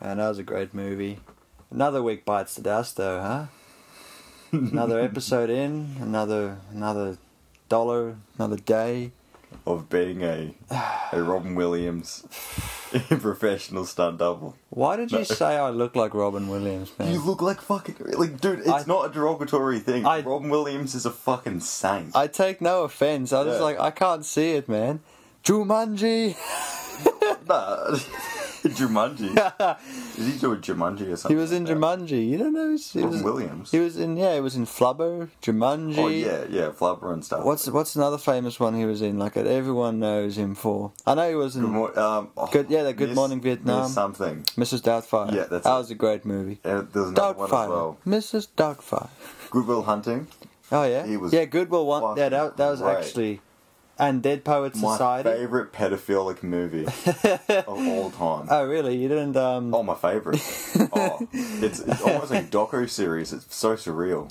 And that was a great movie. Another week bites the dust, though, huh? another episode in, another another dollar, another day. of being a a Robin Williams professional stunt double. Why did you say I look like Robin Williams, man? You look like fucking like dude. It's I- not a derogatory thing. I- Robin Williams is a fucking saint. I take no offense. I was Yeah. like, I can't see it, man. Jumanji. Nah. Jumanji. Did he do a Jumanji or He something? was in like that? Jumanji. You don't know. who's- He Robin was, Williams. He was in yeah. He was in Flubber, Jumanji. Oh yeah, yeah, Flubber and stuff. What's what's another famous one he was in? Like that everyone knows him for. I know he was in Good mor- um, oh, Good- yeah, the Good Morning Vietnam. Miss something. Mrs. Doubtfire. Yeah, that's that it. was a great movie. Uh, There's another one as Dogfire. well. Mrs. Dogfire. Goodwill Hunting. Oh yeah. He was yeah, Goodwill one. Yeah, that, that was fucking great. actually, and Dead Poets My Society. favorite pedophilic movie of all time. Oh really? You didn't? Um, Oh, my favorite. oh, it's, it's almost like a doco series. It's so surreal.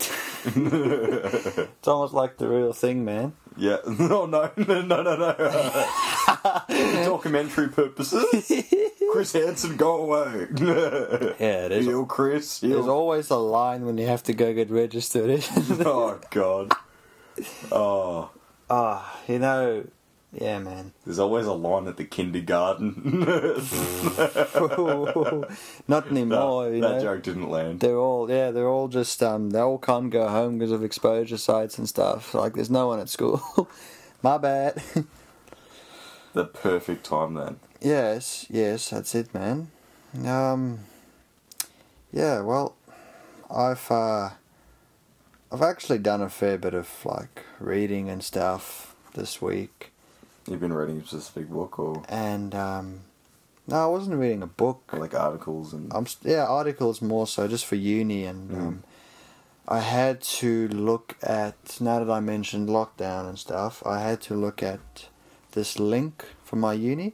It's almost like the real thing, man. Yeah. No, no, no, no, no, no. For documentary purposes. Chris Hansen, go away. Yeah, it is. Heal, Chris. There's Heal. always a line when you have to go get registered. isn't there? Oh, God. Oh, Ah, you know, yeah, man. there's always a line at the kindergarten. Not anymore. that Oh, you know? joke didn't land. They're all yeah, they're all just um, they all can't go home because of exposure sites and stuff. Like there's no one at school. My bad. The perfect time then. yes, yes, that's it, man. Um, yeah, well, I've uh, I've actually done a fair bit of like reading and stuff this week. You've been reading a specific book or and um, no, I wasn't reading a book. like articles and I'm s- yeah, articles more so just for uni, and um, I had to look at now that I mentioned lockdown and stuff. I had to look at this link for my uni,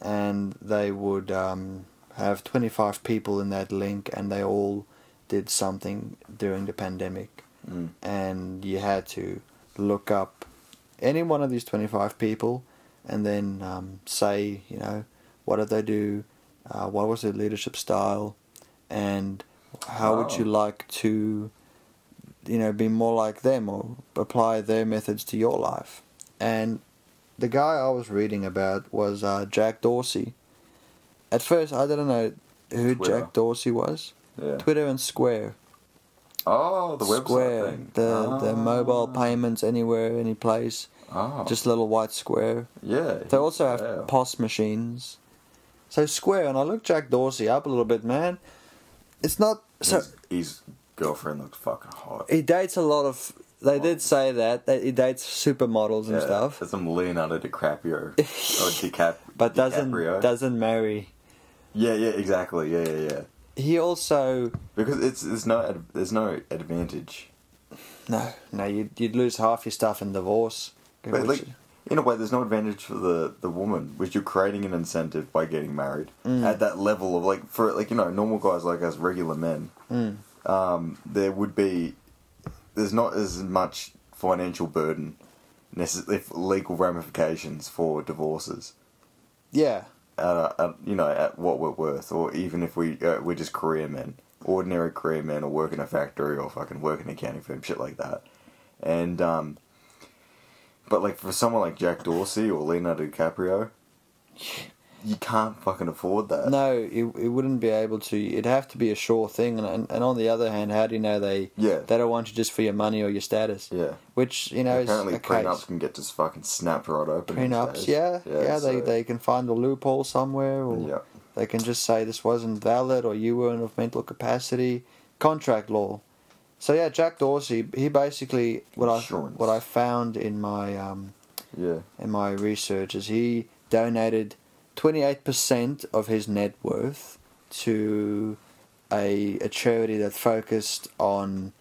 and they would um, have twenty five people in that link, and they all did something during the pandemic, Mm. and you had to look up any one of these 25 people and then um, say, you know, what did they do? Uh, what was their leadership style? And how would Wow. you like to, you know, be more like them or apply their methods to your life? And the guy I was reading about was uh, Jack Dorsey. At first, I didn't know who Twitter. Jack Dorsey was. yeah. Twitter and Square. Oh, the website Square, thing. the ah, the mobile payments anywhere, any place. Oh, Just a little white square. yeah. They also have yeah. POS machines. So Square, and I looked Jack Dorsey up a little bit, man. It's not so his, his girlfriend looked fucking hot. he dates a lot of. They did say that that he dates supermodels and Yeah, stuff, That's some Leonardo DiCaprio. or DiCap, but doesn't DiCaprio. doesn't marry. yeah, yeah, exactly. Yeah, yeah, yeah. He also Because it's there's no ad, there's no advantage. no no you'd you'd lose half your stuff in divorce. But which- like in a way, there's no advantage for the the woman, which you're creating an incentive by getting married at that level of like for like you know normal guys like us, regular men. Um, there would be there's not as much financial burden, necess- if legal ramifications for divorces. yeah, At, uh, at you know at what we're worth, or even if we uh, we're just career men, ordinary career men, or work in a factory, or fucking work in an accounting firm, shit like that, and um. But like for someone like Jack Dorsey or Leonardo DiCaprio, you can't fucking afford that. no, it, it wouldn't be able to. It'd have to be a sure thing. And, and and on the other hand, how do you know they Yeah. they don't want you just for your money or your status? Yeah. Which you know Apparently, is a case. prenups can get just fucking snapped right open. these prenups. days. Yeah, yeah. they, so- they can find a loophole somewhere, or Yeah. they can just say this wasn't valid, or you weren't of mental capacity. Contract law. So yeah, Jack Dorsey. He basically what Insurance. I what I found in my um, yeah. in my research is he donated twenty eight percent of his net worth to a a charity that focused on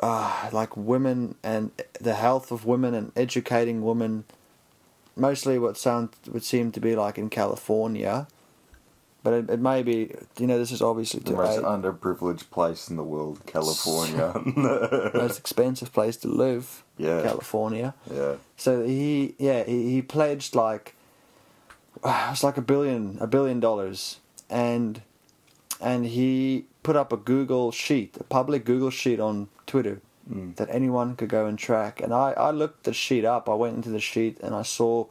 uh, like women and the health of women and educating women mostly what sound would seem to be like in California but it, it may be you know this is obviously The to most aid- underprivileged place in the world, California. most expensive place to live Yeah. California yeah. So he, yeah, he, he pledged like it was like a billion, a billion dollars, and and he put up a Google sheet, a public Google sheet on Twitter Mm, that anyone could go and track. And I, I looked the sheet up. I went into the sheet and I saw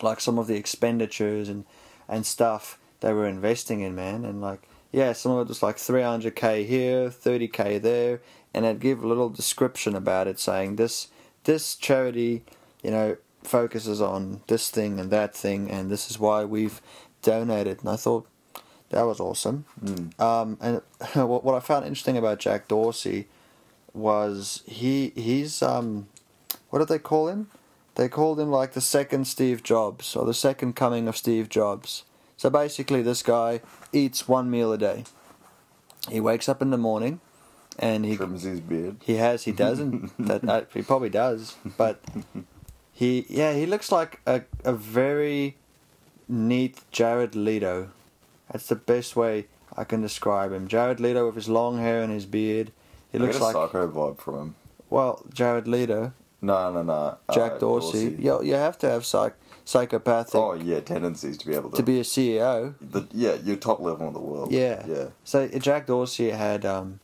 like some of the expenditures and and stuff they were investing in, man. And like yeah, some of it was like three hundred k here, thirty k there, and I'd give a little description about it, saying this this charity, you know, focuses on this thing and that thing, and this is why we've donated. And I thought that was awesome. mm. Um, and what, what I found interesting about Jack Dorsey was he he's um, what did they call him? They called him like the second Steve Jobs or the second coming of Steve Jobs. So basically, this guy eats one meal a day. He wakes up in the morning, and he trims his beard. he has. He doesn't. that uh, he probably does, but he yeah he looks like a a very neat Jared Leto. That's the best way I can describe him. Jared Leto with his long hair and his beard. He I looks get a like psycho vibe from him. well Jared Leto, No, no, no. Jack uh, Dorsey. You you have to have psych psychopathic Oh yeah, tendencies to be able to, to be a E CEO. the, yeah, you're top level of the world. Yeah. yeah. So uh, Jack Dorsey had um,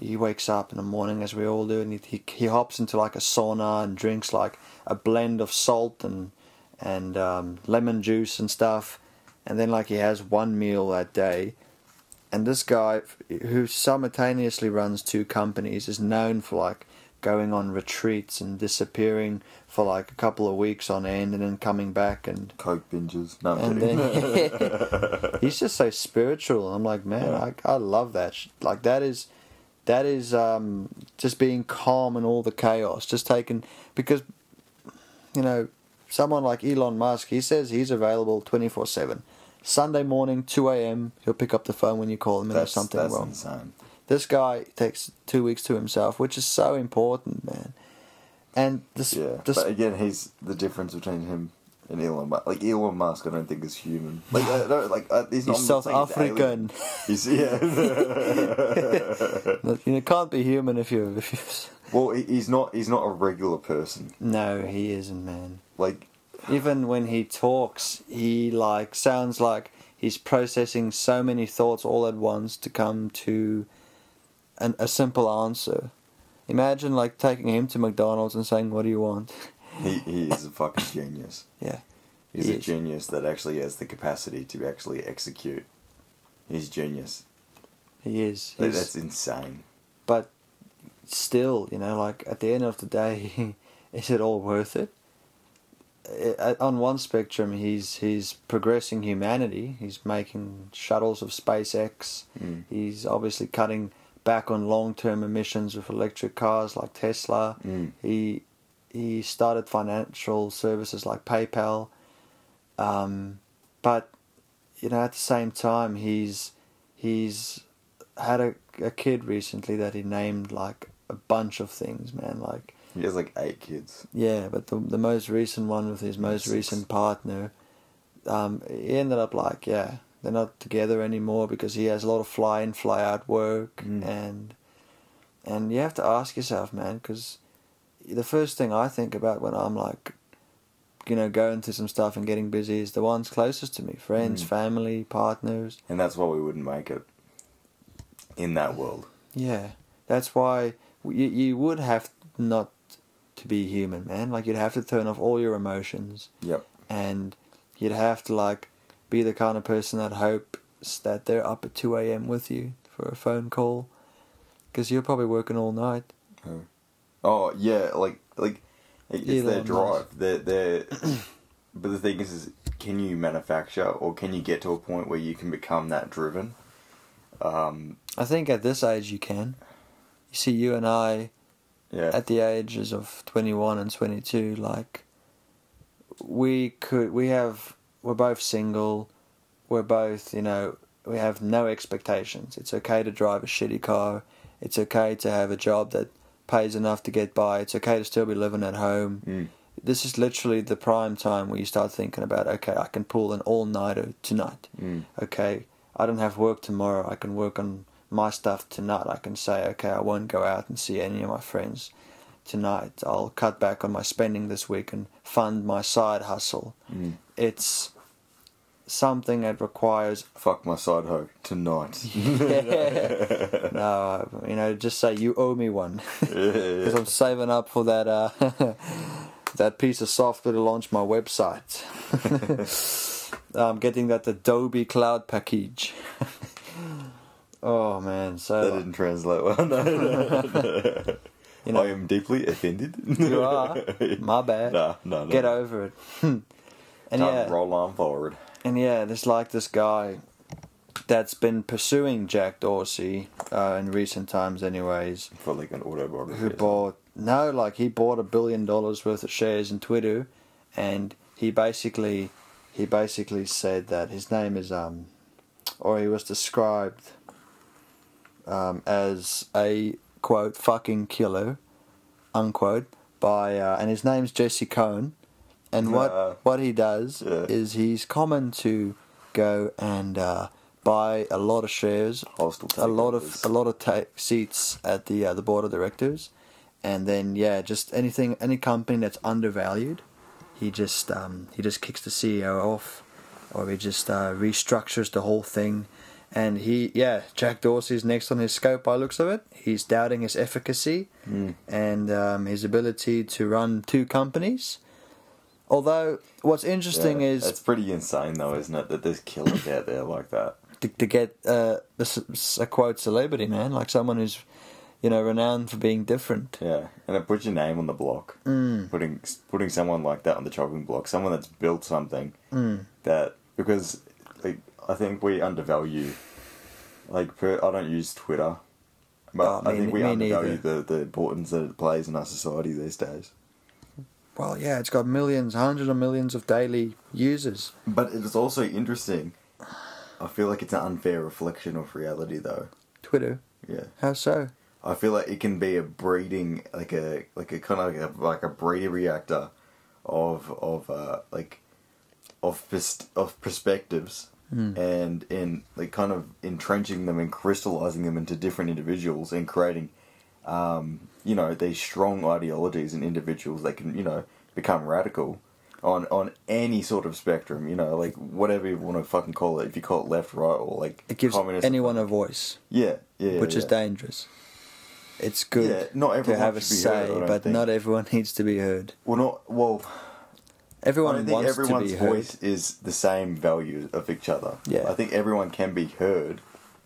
he wakes up in the morning as we all do, and he he, he hops into like a sauna and drinks like a blend of salt and and um, lemon juice and stuff, and then like he has one meal that day. And this guy, who simultaneously runs two companies, is known for like going on retreats and disappearing for like a couple of weeks on end, and then coming back and Coke binges. No, I'm and kidding. then he's just so spiritual. I'm like, man, Yeah. I, I love that. sh- Like that is that is um, just being calm in all the chaos, just taking because you know someone like Elon Musk, he says he's available twenty four seven. Sunday morning, two a.m. He'll pick up the phone when you call him and that's there's something that's wrong. insane. This guy takes two weeks to himself, which is so important, man. And this, Yeah, this but again, he's the difference between him and Elon Musk. Like Elon Musk, I don't think is human. Like, I don't, like I, he's, not he's South saying he's alien. African. He's yeah. you can't be human if you if you well, he, he's not. He's not a regular person. No, he isn't, man. Like Even when he talks, he like sounds like he's processing so many thoughts all at once to come to an, a simple answer. Imagine like taking him to McDonald's and saying, "What do you want?" he, he is a fucking genius. Yeah, He's He a is. genius that actually has the capacity to actually execute. He's genius. he is. Like, He's- that's insane. but still, you know, like at the end of the day, is it all worth it? Uh, On one spectrum, he's he's progressing humanity. He's making shuttles of SpaceX. Mm. He's obviously cutting back on long-term emissions with electric cars like Tesla. Mm. He he started financial services like PayPal. Um, but you know, at the same time, he's he's had a, a kid recently that he named like a bunch of things, man. Like He has like eight kids. yeah, but the the most recent one with his most Six. recent partner, um, he ended up like yeah, they're not together anymore because he has a lot of fly in fly out work Mm. and and you have to ask yourself, man, because the first thing I think about when I'm like, you know, going through some stuff and getting busy is the ones closest to me, friends, Mm. family, partners. And that's why we wouldn't make it in that world. Yeah, that's why you, you would have not to be human, man. Like you'd have to turn off all your emotions, Yep. and you'd have to like be the kind of person that hopes that they're up at two a.m. with you for a phone call, because you're probably working all night. Oh yeah, like like it's their Elon drive. Musk. They're, they're but the thing is, is can you manufacture or can you get to a point where you can become that driven? Um, I think at this age you can. You see, you and I yeah, at the ages of 21 and 22 like we could we have we're both single we're both you know we have no expectations it's okay to drive a shitty car it's okay to have a job that pays enough to get by it's okay to still be living at home Mm. this is literally the prime time where you start thinking about okay i can pull an all-nighter tonight Mm. okay i don't have work tomorrow i can work on my stuff tonight i can say okay i won't go out and see any of my friends tonight i'll cut back on my spending this week and fund my side hustle Mm. it's something that requires Fuck my side hoe tonight. no, you know, just say you owe me one because Yeah. I'm saving up for that uh, that piece of software to launch my website. I'm getting that Adobe Cloud package. oh man, That so didn't translate well. No, no, no. You know- I am deeply offended. you are uh, my bad. Nah, no, no. Get over it. and yeah, roll on forward. And yeah, there's like this guy that's been pursuing Jack Dorsey uh, in recent times, anyways. For like an autobiography. Who or something. bought no, like he bought a billion dollars worth of shares in Twitter, and he basically he basically said that his name is um, or he was described um, as a quote fucking killer, unquote, by uh, and his name's Jesse Cohen, and what Nah. what he does Yeah. is he's common to go and uh, buy a lot of shares, Hostile a lot of takeovers. a lot of ta- seats at the uh, the board of directors, and then yeah, just anything any company that's undervalued, he just um, he just kicks the CEO off, or he just uh, restructures the whole thing. And he, yeah, Jack Dorsey's next on his scope by looks of it. He's doubting his efficacy and um, his ability to run two companies. Although, what's interesting Yeah, is That's pretty insane, though, isn't it? That there's killers out there like that. to, to get uh, a, s- s- a quote celebrity, man, like someone who's, you know, renowned for being different. Yeah, and it puts your name on the block. Mm. Putting putting someone like that on the chopping block, someone that's built something Mm. that because like I think we undervalue. Like per, I don't use Twitter, but Oh, I me- think we me undervalue neither. the, the importance that it plays in our society these days. Well, yeah, it's got millions, hundreds of millions of daily users. But it is also interesting. I feel like it's an unfair reflection of reality, though. Twitter, Yeah. how so? I feel like it can be a breeding, like a like a kind of like a, like a breeder reactor of of uh, like of pers- of perspectives Hmm. and in like kind of entrenching them and crystallizing them into different individuals and creating, um, you know, these strong ideologies and individuals that can you know become radical on on any sort of spectrum. You know, like whatever you want to fucking call it, if you call it left, right, or like It gives communist- anyone a voice, yeah, yeah, which is yeah. dangerous. It's good Yeah, not to everyone have a should be say, heard, I don't but think. not everyone needs to be heard. Well, not well. I Everyone don't think wants to everyone's be heard. voice is the same value of each other. Yeah. I think everyone can be heard,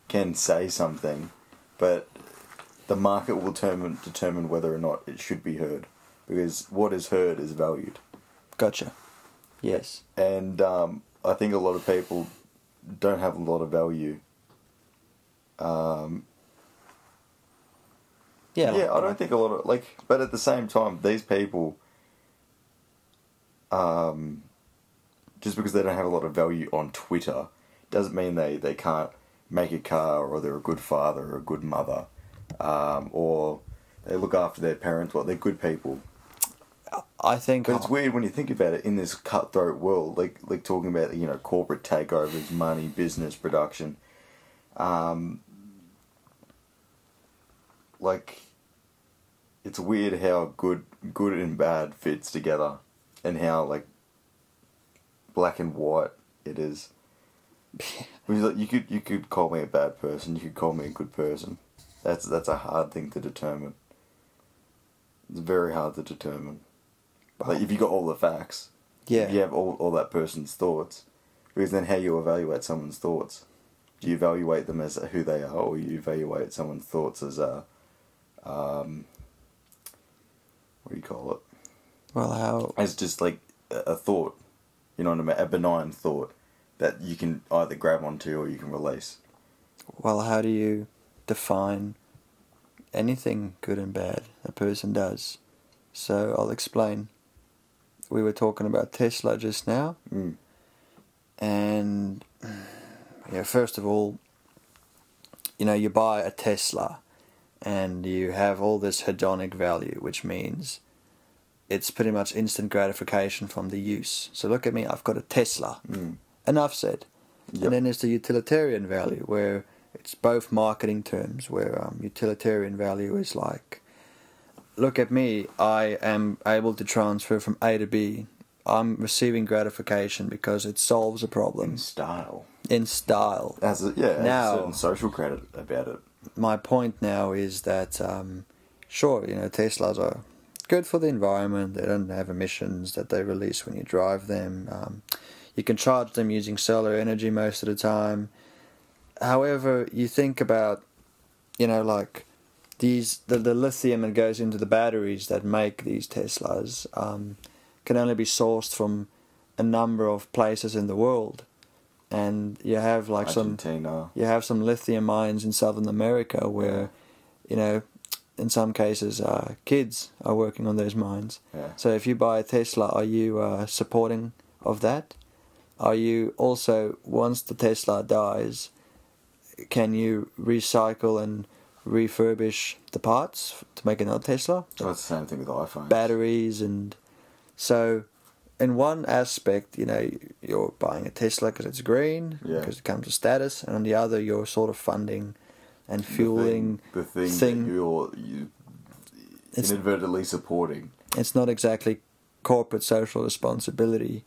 can say something, but the market will determine determine whether or not it should be heard, because what is heard is valued, Gotcha. Yes. and um, I think a lot of people don't have a lot of value. Yeah. Yeah, I don't think a lot of like, but at the same time, these people, um, just because they don't have a lot of value on Twitter, doesn't mean they they can't make a car or they're a good father or a good mother, um, or they look after their parents. Well, they're good people. I think. But it's weird when you think about it in this cutthroat world, like like talking about you know corporate takeovers, money, business, production. Um, like, it's weird how good good and bad fits together, and how like black and white it is. Because, like, you could you could call me a bad person, you could call me a good person. That's that's a hard thing to determine. It's very hard to determine. Like if you got all the facts, Yeah. if you have all, all that person's thoughts, because then how you evaluate someone's thoughts? Do you evaluate them as who they are, or you evaluate someone's thoughts as a, um, what do you call it? Well, how? As just like a a thought, you know what I mean? A benign thought that you can either grab onto or you can release. Well, how do you define anything good and bad a person does? So I'll explain. We were talking about Tesla just now, Mm. and you know, first of all, you know, you buy a Tesla, and you have all this hedonic value, which means it's pretty much instant gratification from the use. So look at me, I've got a Tesla. Enough said. Yep. And then there's the utilitarian value, where it's both marketing terms, where um, utilitarian value is like, look at me, I am able to transfer from A to B I'm receiving gratification because it solves a problem in style. in style. As a, yeah, has Now- a certain social credit about it. my point now is that um, sure, you know, Teslas are good for the environment. They don't have emissions that they release when you drive them. Um, you can charge them using solar energy most of the time. However, you think about, you know, like these the, the lithium that goes into the batteries that make these Teslas um, can only be sourced from a number of places in the world, and you have like some Argentina. you have some lithium mines in Southern America where, you know, in some cases, uh, kids are working on those mines. Yeah. So if you buy a Tesla, are you uh, supporting of that? Are you also once the Tesla dies, can you recycle and refurbish the parts f- to make another Tesla? Well, it's the same thing with iPhones. batteries and so in one aspect you know you're buying a tesla because it's green Yeah. because it comes with status and on the other you're sort of funding and The fueling thing- the thing, thing. That you're you It's- inadvertently supporting. it's not exactly corporate social responsibility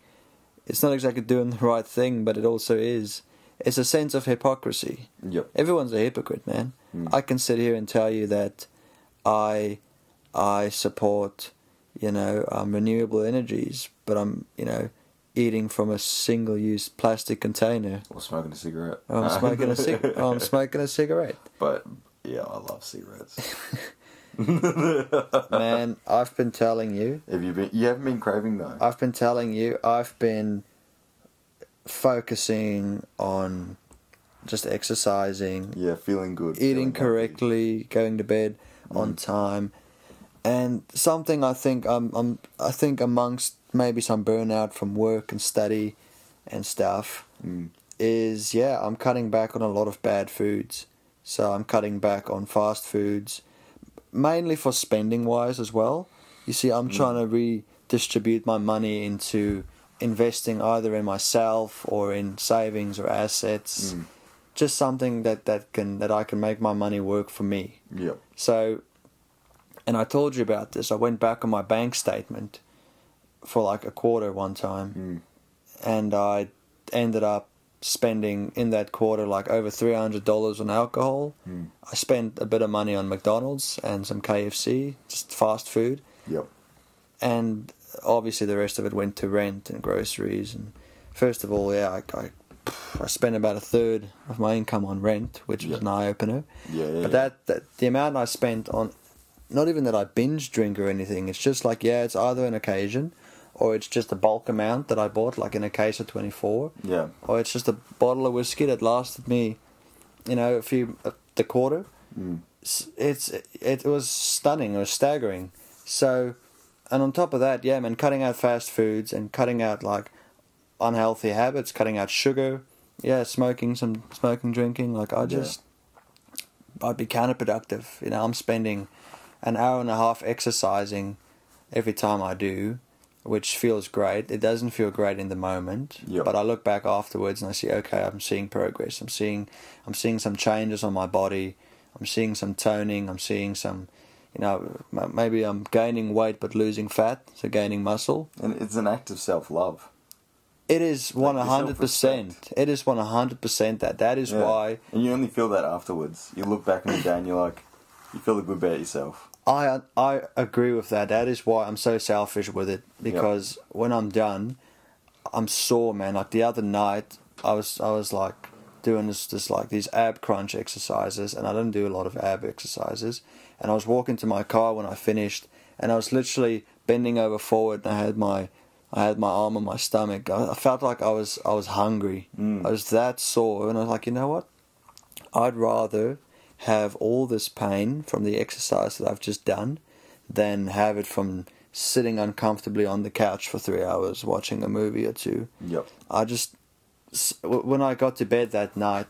it's not exactly doing the right thing but it also is it's a sense of hypocrisy Yep. Everyone's a hypocrite, man. I can sit here and tell you that I I support you know um, renewable energies, but I'm you know eating from a single use plastic container. Or smoking a cigarette. Or I'm smoking a cig- or I'm smoking a cigarette. But yeah, I love cigarettes. Man, I've been telling you, Have you been? You haven't been craving though. I've been telling you, I've been focusing on just exercising, yeah, feeling good. eating feeling happy. correctly, going to bed on time, and something I think I'm, I'm I think amongst maybe some burnout from work and study and stuff Mm. is yeah I'm cutting back on a lot of bad foods, so I'm cutting back on fast foods, mainly for spending wise as well. You see, I'm trying to redistribute my money into investing either in myself or in savings or assets just something that that can that I can make my money work for me. Yep. So, and I told you about this. I went back on my bank statement for like a quarter one mm, time, and I ended up spending in that quarter like over three hundred dollars on alcohol. I spent a bit of money on McDonald's and some KFC, just fast food Yep. and obviously the rest of it went to rent and groceries and first of all yeah I, I, I spent about a third of my income on rent which was Yeah. an eye-opener Yeah, yeah, yeah. but that, that the amount I spent on not even that I binge drink or anything it's just like yeah it's either an occasion or it's just a bulk amount that I bought like in a case of 24 Yeah. or Oh, it's just a bottle of whiskey that lasted me you know a few uh, the quarter Mm. s- it's it was stunning or staggering. So, and on top of that, yeah, man, cutting out fast foods and cutting out like unhealthy habits, cutting out sugar, yeah, smoking, some smoking, drinking. Like I Yeah. just, I'd be counterproductive. You know, I'm spending an hour and a half exercising every time I do, which feels great. It doesn't feel great in the moment, Yep. but I look back afterwards and I see, okay, I'm seeing progress. I'm seeing, I'm seeing some changes on my body. I'm seeing some toning. I'm seeing some, you know, m- maybe I'm gaining weight but losing fat, so gaining muscle. And it's an act of self love. It is one your hundred percent. self-respect. It is one hundred percent that. That is why And you only feel that afterwards. You look back on the day and you're like, you feel good about yourself. I I agree with that. That is why I'm so selfish with it because when I'm done, I'm sore, man. Like the other night, I was I was like doing this this like these ab crunch exercises, and I didn't do a lot of ab exercises. And I was walking to my car when I finished, and I was literally bending over forward, and I had my I had my arm on my stomach. I, I felt like I was I was hungry. I was that sore, and I was like, you know what? I'd rather have all this pain from the exercise that I've just done than have it from sitting uncomfortably on the couch for three hours watching a movie or two. Yep. I just, s- w- when I got to bed that night,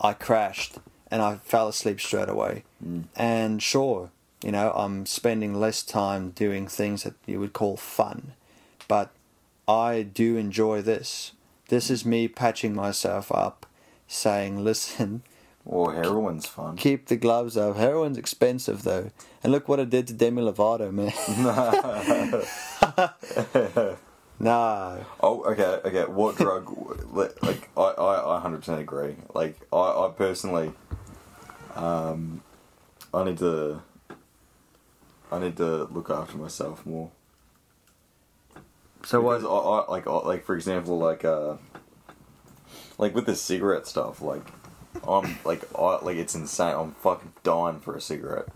I crashed and I fell asleep straight away. Mm. And sure, you know, I'm spending less time doing things that you would call fun, but I do enjoy this. This is me patching myself up, saying, listen, Or heroin's fun. keep the gloves up. Heroin's expensive though, and look what it did to Demi Lovato, man. No. Oh, okay, okay. What drug? like, I, I, I 100% agree. Like, I, I personally, um, I need to, I need to look after myself more. So Because I, I like, I, like for example, like, uh, like with the cigarette stuff, like, I'm like, I like it's insane. I'm fucking dying for a cigarette.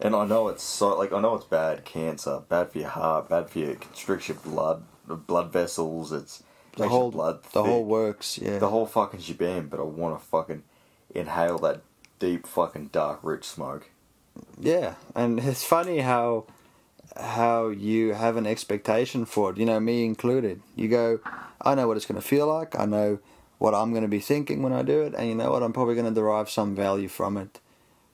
And I know it's so like I know it's bad cancer, bad for your heart, bad for your constricts your blood, blood vessels. It's The makes your whole blood, the whole thick. works. Yeah. the whole fucking shebang, but I want to fucking inhale that deep fucking dark rich smoke. Yeah, and it's funny how how you have an expectation for it. You know, me included. You go, I know what it's going to feel like. I know what I'm going to be thinking when I do it, and you know what? I'm probably going to derive some value from it.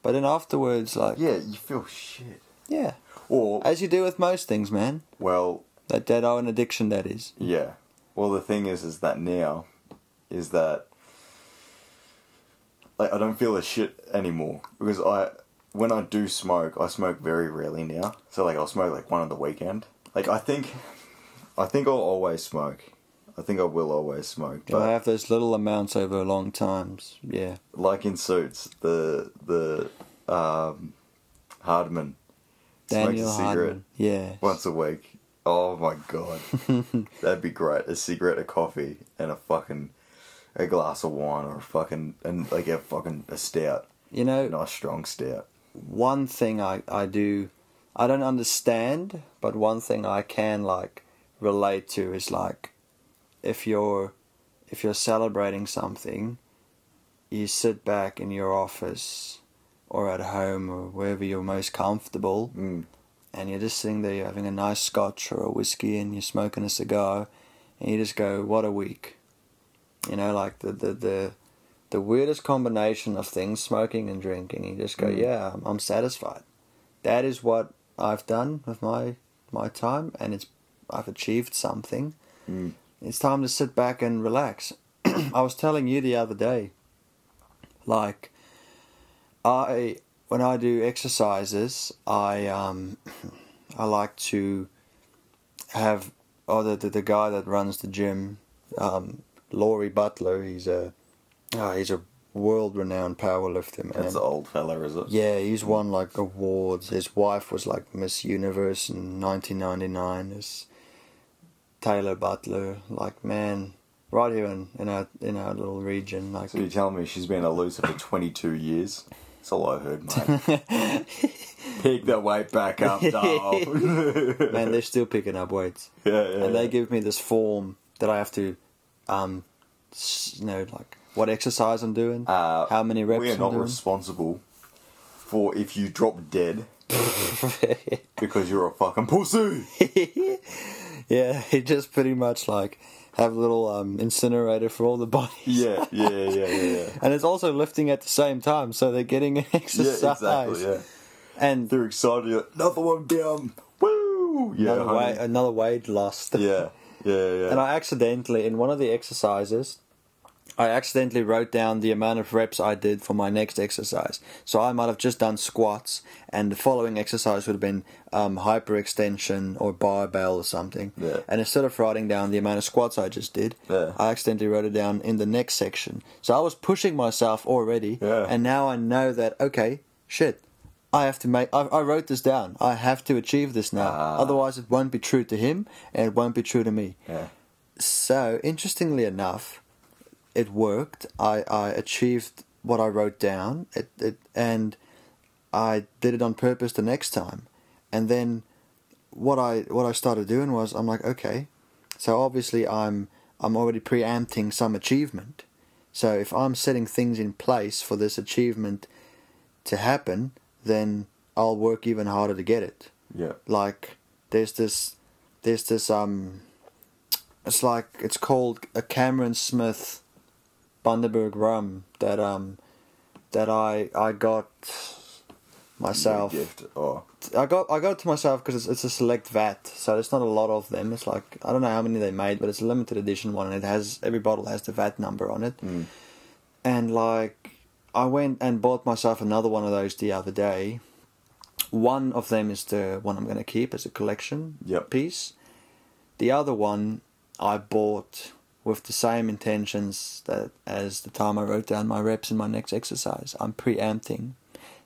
But then afterwards, like, Yeah, you feel shit. yeah, Or as you do with most things, man. well, That that own addiction, that is. yeah. Well, the thing is, is that now, is that like I don't feel the shit anymore because I when I do smoke, I smoke very rarely now. So like I'll smoke like one on the weekend. Like I think, I think I'll always smoke. I think I will always smoke. You know, I have those little amounts over long times. Yeah, like in suits, the the um, Hardman Daniel smokes a cigarette Hardman. Yeah, once a week. Oh my god, that'd be great. A cigarette, a coffee, and a fucking a glass of wine, or a fucking and like a fucking a stout, you know, a nice strong stout. one thing I, I do I don't understand, but one thing I can like relate to is like if you're if you're celebrating something, you sit back in your office or at home or wherever you're most comfortable Mm. and you're just sitting there you're having a nice scotch or a whiskey and you're smoking a cigar and you just go, What a week. You know, like the the, the the weirdest combination of things smoking and drinking you just go Mm. yeah I'm, I'm satisfied that is what i've done with my my time and it's i've achieved something Mm. it's time to sit back and relax i was telling you the other day like i when i do exercises i um i like to have oh the the, the guy that runs the gym um Laurie Butler he's a Oh, he's a world-renowned powerlifter, man. That's the old fella, is it? yeah, he's won like awards. His wife was like Miss Universe in 1999. This Taylor Butler, like man, right here in, in our in our little region, like So you're telling me she's been elusive for 22 years? That's all I heard, mate. Pick that weight back up, doll. yeah, man, they're still picking up weights. yeah. and they yeah. give me this form that I have to, um, s- you know, like what exercise I'm doing, Uh, how many reps We are I'm not doing. responsible for if you drop dead because you're a fucking pussy. yeah, he just pretty much like have a little um, incinerator for all the bodies. Yeah, yeah, yeah, yeah, yeah. And it's also lifting at the same time, so they're getting an Yeah, exercise. exactly. Yeah, And they're excited. You're like, Another one down. Woo! Yeah, another, honey. weight, another weight lost. yeah, yeah, yeah. And I accidentally, in one of the exercises, I accidentally wrote down the amount of reps I did for my next exercise. So I might have just done squats, and the following exercise would have been um, hyperextension or barbell or something. Yeah. And instead of writing down the amount of squats I just did, Yeah. I accidentally wrote it down in the next section. So I was pushing myself already, Yeah. and now I know that, okay, shit. I have to make. I, I wrote this down. I have to achieve this now. Ah. Otherwise, it won't be true to him, and it won't be true to me. yeah. So, interestingly enough, it worked. I, I achieved what I wrote down, it, it, and I did it on purpose the next time. And then what I what I started doing was I'm like, okay, so obviously I'm I'm already preempting some achievement. So if I'm setting things in place for this achievement to happen, then I'll work even harder to get it yeah. like there's this there's this um it's like it's called a Cameron Smith Bundaberg rum that um that I I got myself Gift. Oh, I got I got it to myself because it's, it's a select vat so there's not a lot of them it's like I don't know how many they made but it's a limited edition one and it has every bottle has the vat number on it Mm. and like I went and bought myself another one of those the other day one of them is the one I'm going to keep as a collection Yep. piece. The other one I bought with the same intentions that as the time I wrote down my reps in my next exercise. I'm preempting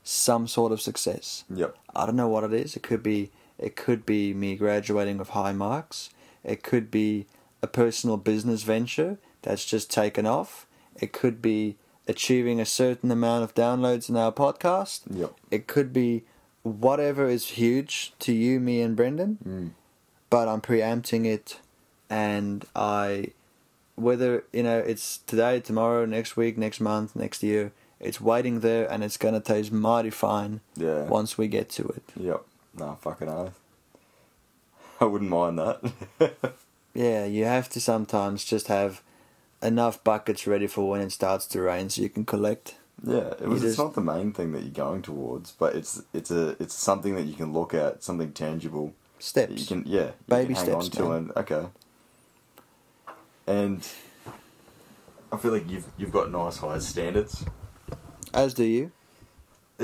some sort of success. Yep. I don't know what it is. It could be it could be me graduating with high marks. It could be a personal business venture that's just taken off. It could be achieving a certain amount of downloads in our podcast. Yep. It could be whatever is huge to you, me and Brendan. Mm. But I'm preempting it and I whether you know it's today, tomorrow, next week, next month, next year, it's waiting there and it's gonna taste mighty fine Yeah. once we get to it. Yep. Nah, fucking oath. I wouldn't mind that. Yeah, you have to sometimes just have enough buckets ready for when it starts to rain so you can collect. yeah, it was. You It's just- not the main thing that you're going towards, but it's it's a it's something that you can look at, something tangible that you Steps. can yeah you Baby can steps, man. and okay. And I feel like you've you've got nice high standards. As do you.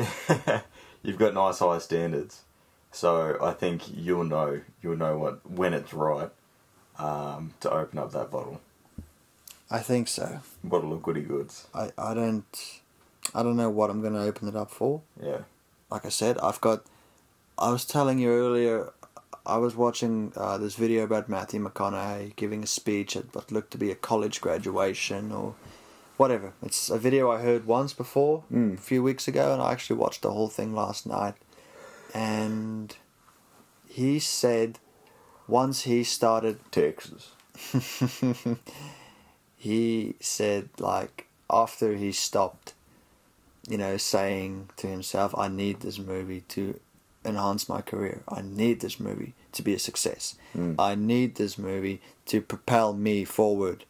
you've got nice high standards, so I think you'll know you'll know what when it's right um, to open up that bottle I think so. bottle of goody goods. I, I don't I don't know what I'm gonna open it up for. Yeah, like I said, I've got. I was telling you earlier, I was watching uh, this video about Matthew McConaughey giving a speech at what looked to be a college graduation or whatever. It's a video I heard once before, a few weeks ago, and I actually watched the whole thing last night. And he said once he started Texas. he said like after he stopped you know saying to himself i need this movie to enhance my career i need this movie to be a success Hmm. i need this movie to propel me forward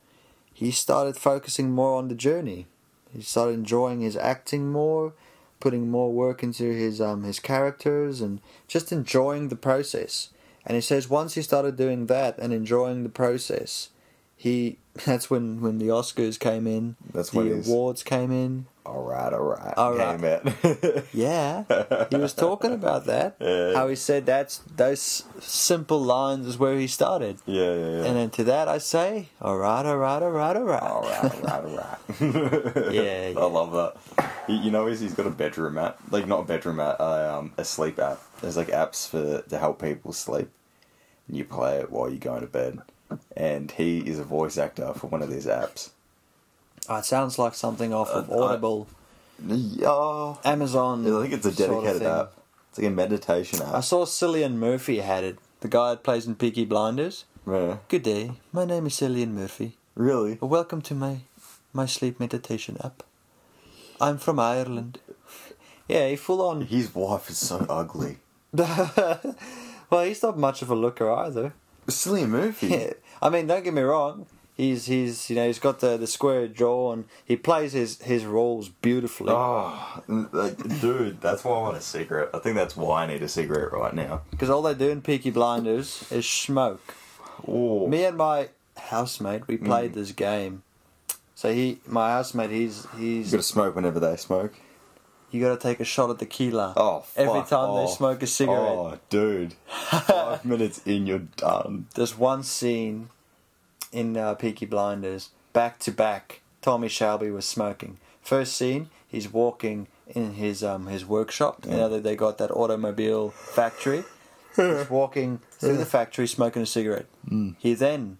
he started focusing more on the journey he started enjoying his acting more putting more work into his um his characters and just enjoying the process and he says once he started doing that and enjoying the process he that's when when the oscars came in That's the when he's- awards came in All right, all right, All all right. right. it. yeah he was talking about that Yeah. how he said that's those simple lines is where he started yeah, yeah, yeah. and then to that i say all right all right all right all right All right, all right, all right. Yeah, yeah. I love that. You, you know, he's, he's got a bedroom app, like not a bedroom app, uh, um, a sleep app. There's like apps for to help people sleep, and you play it while you're going to bed. And he is a voice actor for one of these apps. Oh, it sounds like something off of Uh, I- audible Yeah, amazon I think it's a sort of dedicated thing. app. It's like a meditation I app. saw Cillian Murphy had it. The guy that plays in Peaky Blinders. Yeah. Good day. My name is Cillian Murphy. Really? Welcome to my my sleep meditation app. I'm from Ireland. Yeah, he full on. His wife is so ugly. well, he's not much of a looker either. Cillian Murphy. Yeah. I mean, don't get me wrong. He's he's you know he's got the the square jaw and he plays his his roles beautifully. Oh, like, dude, that's why I want a cigarette. I think that's why I need a cigarette right now. Because all they do in Peaky Blinders is smoke. Oh, Me and my housemate, we Mm. played this game. So he, my housemate, he's he's you gotta smoke whenever they smoke. you got to take a shot at tequila. Oh, fuck every time they off. smoke a cigarette. Oh, dude, five minutes in, you're done. There's one scene in uh, Peaky Blinders back to back. Tommy Shelby was smoking. First scene, he's walking in his um his workshop. You know that they got that automobile factory. he's walking through the factory smoking a cigarette. He then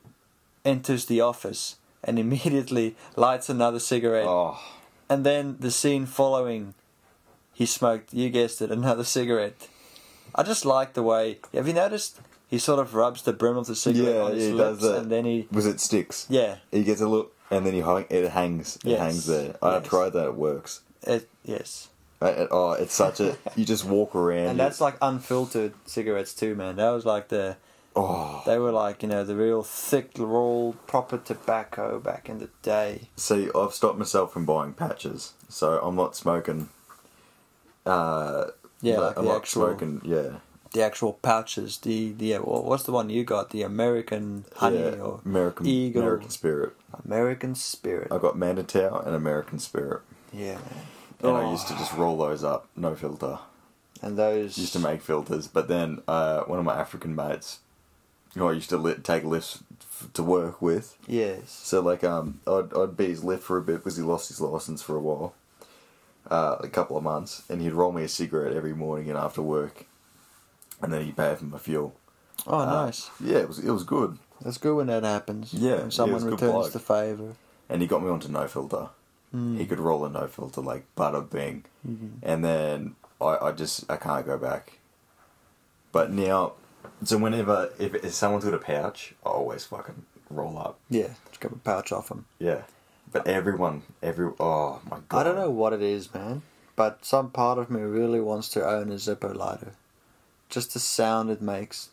enters the office and immediately lights another cigarette. Oh, And then the scene following, he smoked, you guessed it, another cigarette. I just like the way. Have you noticed? He sort of rubs the brim of the cigarette yeah, on his he does lips, that. and then he, was it sticks. yeah, he gets a look, and then he hang, it hangs. It Yes, hangs there. I yes. tried that; it works. it, yes. I- it- oh, it's such a. you just walk around. And that's like unfiltered cigarettes too, man. That was like the, oh, they were like you know the real thick, raw, proper tobacco back in the day. See, I've stopped myself from buying patches, so I'm not smoking. Uh, Yeah, no, like I'm the not actual, smoking. Yeah, the actual pouches. The the what- what's the one you got? The American honey yeah, or American Eagle. American Spirit. American Spirit. I got Manatee and American Spirit, Yeah, man. and Oh. I used to just roll those up, no filter. And those Used to make filters, but then uh, one of my African mates you know, I used to li- take lifts f- to work with. Yes. So like um, I'd I'd be his lift for a bit because he lost his license for a while, uh, a couple of months, and he'd roll me a cigarette every morning and after work, and then he'd pay for my fuel. Oh, Uh, nice. Yeah, it was it was good, That's good when that happens. Yeah, yeah, When it's someone good returns bloke. the favour. and he got me onto no filter. Hmm. He could roll a no filter like bada bing, Mm-hmm. and then I I just I can't go back. But now, so whenever if, if someone's got a pouch, I always fucking roll up. Yeah, just grab a pouch off them. Yeah. But everyone, every oh my god, I don't know what it is, man, but some part of me really wants to own a Zippo lighter. Just the sound it makes,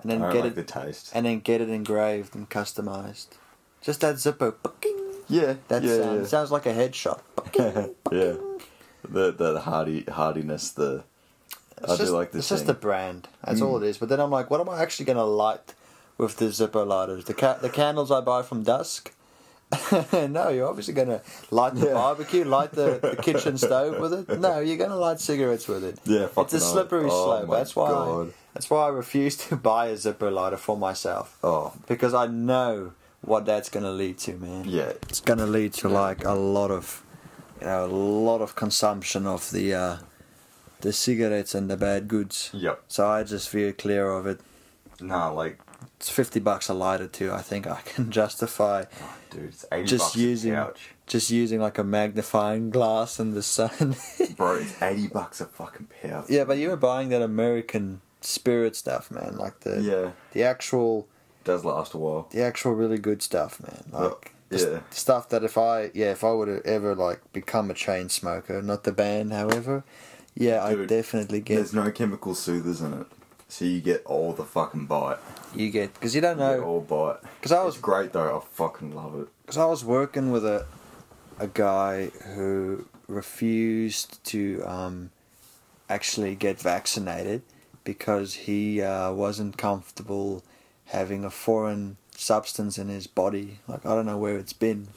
and I then don't get like it, the taste. and then get it engraved and customized. Just that Zippo. Ba-king. Yeah, That yeah, sound yeah. sounds like a headshot. Ba-king. yeah. The the hardy hardiness, the It's I just, do like this Mm. It's just thing. the brand. That's all it is. But then I'm like, what am I actually going to light with the Zippo lighters? The ca- the candles I buy from Dusk. no, you're obviously going to light the Yeah. barbecue, light the, the kitchen stove with it. No, you're going to light cigarettes with it. Yeah, it's fucking a slippery right. Oh slope. my That's why. God. That's why I refuse to buy a Zippo lighter for myself oh because I know what that's going to lead to, man. yeah. It's going to lead to like a lot of, you know, a lot of consumption of the, uh, the cigarettes and the bad goods. Yep. So I just veer clear of it. Nah, like It's fifty bucks a lighter too. I think I can justify dude, it's eighty just bucks using a pouch. just using like a magnifying glass in the sun. Bro, it's eighty bucks a fucking pouch. yeah, but you were buying that American spirit stuff, man. Like the Yeah. the actual Does last a while. the actual really good stuff, man. Well, Like the st- yeah. stuff that if I yeah if I would have ever like become a chain smoker, not the band, however, yeah, I Dude, definitely get There's no chemical soothers in it. So you get all the fucking bite. you get because you don't You get know all bite. 'Cause I was- it's great though, I fucking love it. because I was working with a a guy who refused to um, actually get vaccinated because he uh, wasn't comfortable having a foreign substance in his body. Like I don't know where it's been,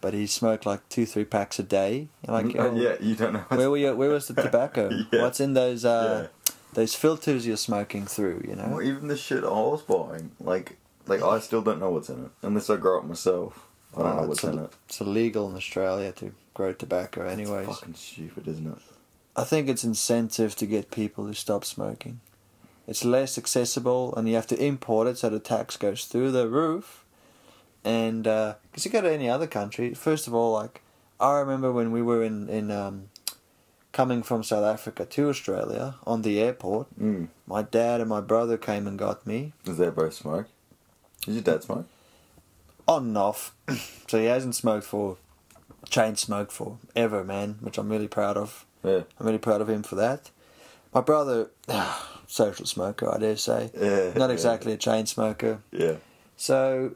but he smoked like two three packs a day. Like Mm, oh, yeah, you don't know where were you, where was the tobacco? Yeah. What's in those uh, those filters you're smoking through? You know. Well, even the shit I was buying, like, like I still don't know what's in it unless I grow it myself. I don't Oh, know what's it's, in ill- it. it's illegal in Australia to grow tobacco, anyways. Fucking stupid, isn't it? I think it's incentive to get people to stop smoking. It's less accessible, and you have to import it, so the tax goes through the roof. And because you go to any other country, first of all, like I remember when we were in in um, coming from South Africa to Australia on the airport, Mm. my dad and my brother came and got me Does their both smoke? Does your dad smoke? on and off. so he hasn't smoked for, chain smoked for ever, man, which I'm really proud of. Yeah. I'm really proud of him for that. My brother, social smoker, I dare say. Yeah, Not yeah. exactly a chain smoker. Yeah. So,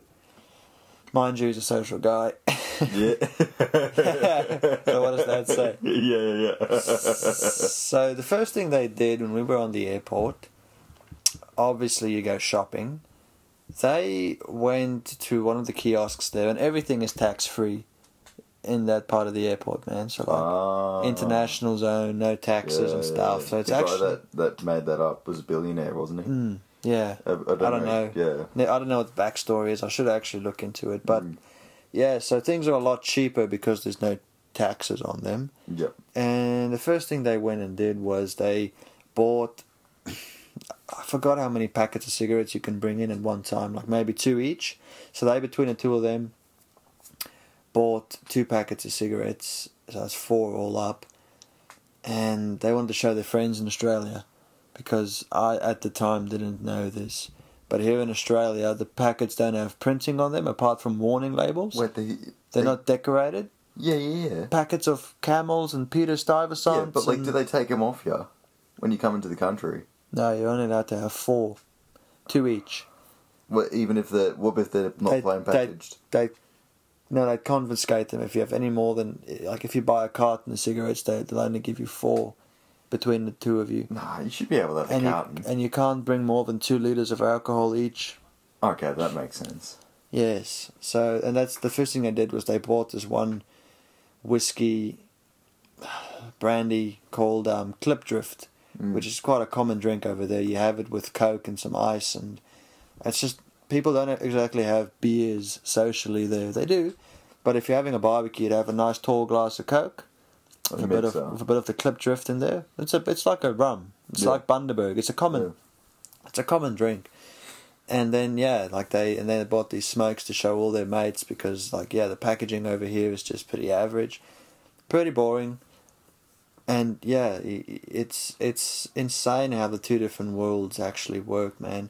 mind you, he's a social guy. Yeah. so, what does that say? yeah, yeah, yeah. so the first thing they did when we were on the airport, obviously you go shopping. They went to one of the kiosks there, and everything is tax free in that part of the airport, man. So like Ah. international zone, no taxes and Yeah, stuff. yeah. So it's the actually guy that, that made that up was a billionaire, wasn't he? Mm, yeah, I, I don't, I don't know. Yeah. No, I don't know what the backstory is. I should actually look into it. But Mm. yeah, so things are a lot cheaper because there's no taxes on them. Yep. And the first thing they went and did was they bought. I forgot how many packets of cigarettes you can bring in at one time, like maybe two each. So they, between the two of them, bought two packets of cigarettes. So that's four all up. And they wanted to show their friends in Australia because I, at the time, didn't know this. But here in Australia, the packets don't have printing on them apart from warning labels. Wait, they, They're not decorated Yeah, yeah, yeah. packets of camels and Peter Stuyvesant. Yeah, but like, and- do they take him off you when you come into the country? No, you're only allowed to have four, two each. Well, even if they're what if they're not They- plain they- packaged? They, no, they confiscate them if you have any more than like if you buy a carton of cigarettes, they they'll only give you four between the two of you. Nah, you should be able to have And a you, carton. and you can't bring more than two liters of alcohol each. Okay, that makes sense. Yes. So, and that's the first thing they did was they bought this one whiskey brandy called um, Mm. Clipdrift, which is quite a common drink over there. You have it with Coke and some ice and It's just people don't exactly have beers socially there. They do, but if you're having a barbecue, to have a nice tall glass of Coke, with a bit of Mixer. with a bit of the clip drift in there. It's a it's like a rum. It's Yeah. like Bundaberg. It's a common it's a common drink. And then yeah, like they and they bought these smokes to show all their mates because like yeah, the packaging over here is just pretty average, pretty boring. And yeah, i- i- it's it's insane how the two different worlds actually work, man.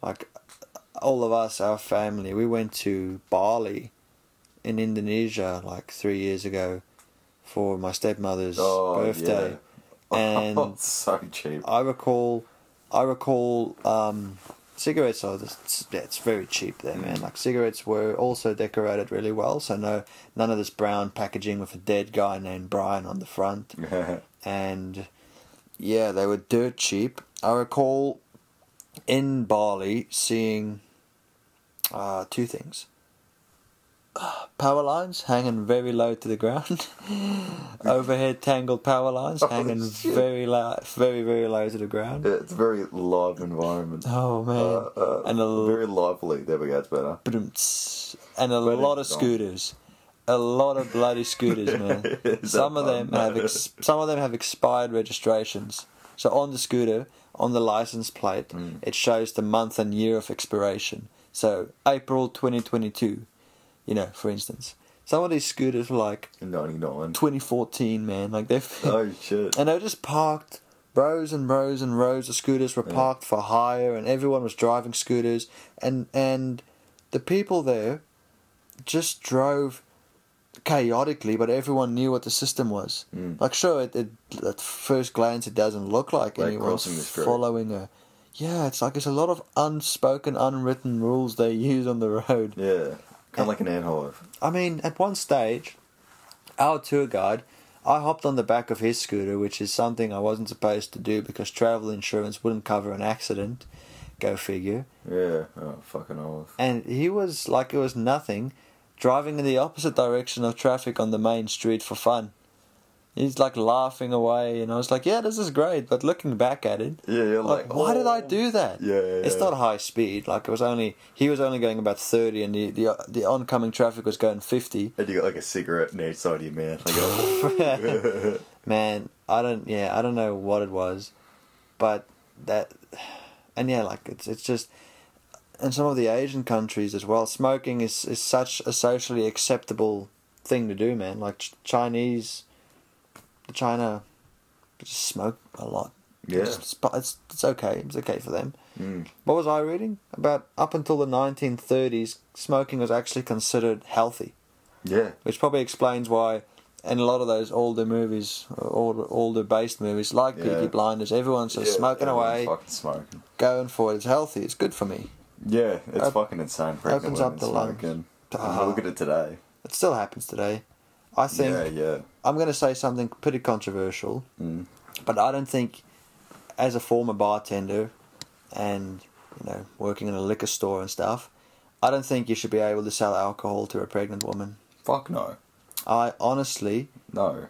Like all of us, our family, we went to Bali in Indonesia like three years ago for my stepmother's Oh, birthday. yeah. And oh, so cheap. I recall, I recall, um, cigarettes are just, yeah, it's very cheap Mm. there, man. Like cigarettes were also decorated really well, so no, none of this brown packaging with a dead guy named Brian on the front, and yeah, they were dirt cheap. I recall in Bali seeing uh, two things. Power lines hanging very low to the ground. Overhead tangled power lines Oh, hanging shit. very low, very very low to the ground. it's a very live environment. Oh man, Uh, uh, and a l- very lively. There we go. It's better. boom-ts. and a Wedding lot of song. scooters, a lot of bloody scooters, man. Is that Some of them fun? have ex- some of them have expired registrations. So on the scooter, on the license plate, Hmm. it shows the month and year of expiration. So April 2022, you know, for instance, some of these scooters were like Ninety nine. 2014, man. Like they're Oh shit. and they were just parked. Rows and rows and rows of scooters were parked for hire, and everyone was driving scooters. And and the people there just drove chaotically, but everyone knew what the system was. Mm. Like, sure, it, it, at first glance, it doesn't look like, Like anyone's crossing the street. following a. Yeah, it's like it's a lot of unspoken, unwritten rules they use on the road. Yeah. Kind of like an anthive. I mean, at one stage, our tour guide, I hopped on the back of his scooter, which is something I wasn't supposed to do because travel insurance wouldn't cover an accident. Go figure. Yeah. Oh fucking olive. And he was like it was nothing, driving in the opposite direction of traffic on the main street for fun. He's like laughing away, and I was like, "Yeah, this is great." But looking back at it, Yeah. You're like, like, why did I oh. do that? Yeah, yeah, It's yeah. not high speed. Like it was only he was only going about thirty, and the the, the oncoming traffic was going fifty. And you got like a cigarette in each side of your mouth. Like, oh. man i don't yeah i don't know what it was but that and yeah like it's it's just in some of the asian countries as well smoking is is such a socially acceptable thing to do man like Ch- chinese china just smoke a lot Yeah. it's, it's, it's okay it's okay for them Mm. what was i reading about up until the 1930s smoking was actually considered healthy yeah. which probably explains why in a lot of those older movies, older, older based movies like Yeah. Peaky Blinders, everyone's just Yeah, smoking everyone's away, Fucking smoking. going for it. It's healthy. It's good for me. Yeah, it's Op- fucking insane. Pregnant opens women up the lungs. smoking. Ah. Look at it today. It still happens today. I think Uh-huh. Yeah, yeah. I'm going to say something pretty controversial, Mm. but I don't think, as a former bartender, and you know working in a liquor store and stuff, I don't think you should be able to sell alcohol to a pregnant woman. Fuck no. I honestly No.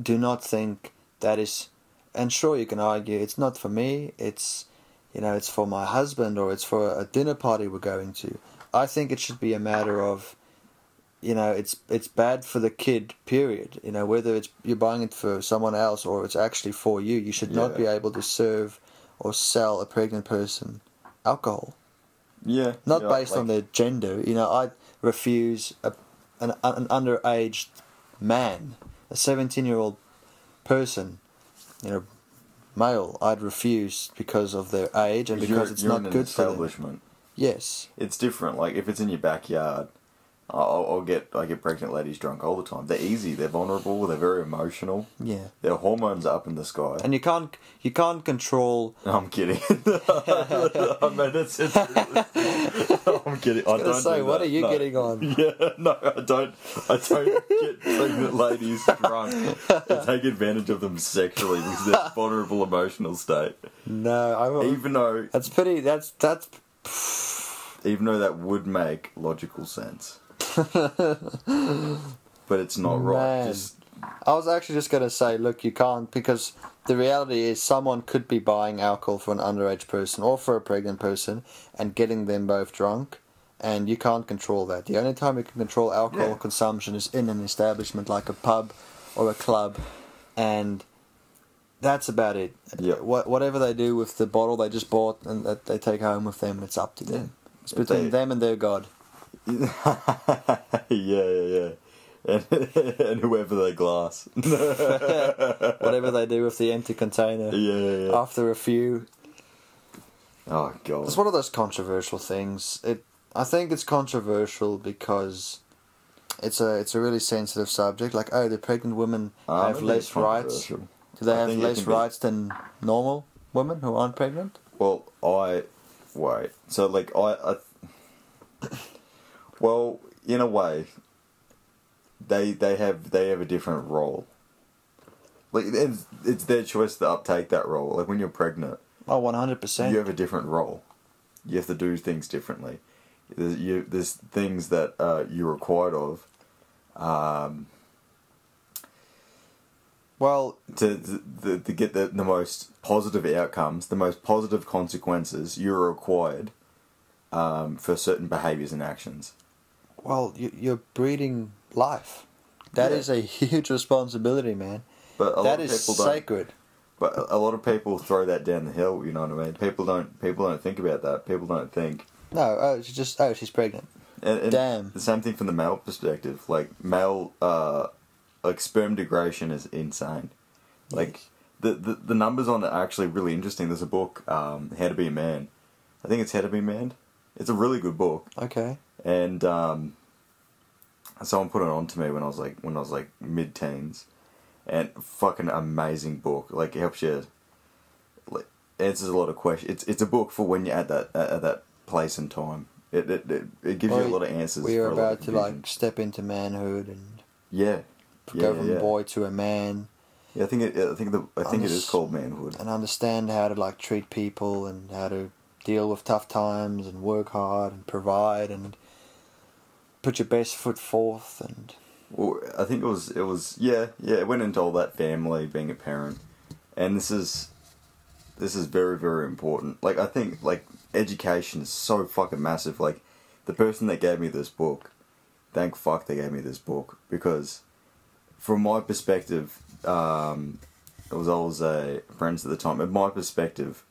do not think that is and sure you can argue it's not for me it's you know it's for my husband or it's for a dinner party we're going to i think it should be a matter of you know it's it's bad for the kid period you know whether it's you're buying it for someone else or it's actually for you you should not Yeah. be able to serve or sell a pregnant person alcohol Yeah. not yeah, based like- on their gender. You know, I refuse a, an, an underage man, a 17 year old person, you know, male, I'd refuse because of their age and because you're- it's you're in not an good for them. establishment. Yes. It's different. Like if it's in your backyard, I'll, I'll get I get pregnant ladies drunk all the time. They're easy. They're vulnerable. They're very emotional. Yeah. Their hormones are up in the sky. And you can't you can't control No, I'm kidding. I mean, it's, it's, No, I'm kidding. I, gonna don't say, do what that. are you No. getting on? Yeah, no, I don't. I don't get pregnant ladies drunk and take advantage of them sexually because of their vulnerable emotional state. No, I won't. Even though, that's pretty that's that's even though that would make logical sense, but it's not right. Man. Just I was actually just going to say, look, you can't because the reality is someone could be buying alcohol for an underage person or for a pregnant person and getting them both drunk, and you can't control that. The only time you can control alcohol Yeah. consumption is in an establishment like a pub or a club, and that's about it. Yeah. Wha- whatever they do with the bottle they just bought and that they take home with them, it's up to them. It's If between they- them and their god. yeah, yeah, yeah. And, and whoever they glass. yeah, Whatever they do with the empty container yeah, yeah. after a few, Oh, God. It's one of those controversial things. It, I think it's controversial because it's a it's a really sensitive subject. Like, oh, do pregnant women I don't have think less Ah, it's rights? controversial. Do they I have think it less can be- rights than normal women who aren't pregnant? Well, I wait. So like I, I well, in a way, they they have they have a different role. Like it's, it's their choice to uptake that role. Like when you're pregnant, Oh, one hundred you percent. have a different role. You have to do things differently. There's, you, there's things that uh, you're required of Well, to, to, to get the, the most positive outcomes, the most positive consequences. You're required um, for certain behaviors and actions. well, you, you're breeding life. That Yeah. is a huge responsibility, man. But a lot That of is people don't. sacred. But a- a lot of people throw that down the hill. You know what I mean? People don't. People don't think about that. People don't think. No, oh, she's just oh, she's pregnant. And, and Damn. The same thing from the male perspective. Like male, uh, like sperm degradation is insane. Like the, the the numbers on it are actually really interesting. There's a book, um, How to Be a Man. I think it's How to Be a Man. It's a really good book Okay. and um, someone put it on to me when I was like when I was like mid teens, and fucking amazing book. Like it helps you, like answers a lot of questions. It's it's a book for when you're at that at, at that place and time. It it, it, it gives Well, you a lot of answers. We are for a lot of about to confusion. like step into manhood and yeah. Yeah, go yeah, from yeah. boy to a man. Yeah, I think it, I think the I think it is called manhood. and understand how to like treat people and how to deal with tough times and work hard and provide and put your best foot forth and Well, I think it was it was yeah yeah it went into all that family being a parent, and this is this is very very important. Like I think like education is so fucking massive. Like the person that gave me this book, thank fuck they gave me this book because from my perspective, um, it was I was a friends at the time. In my perspective,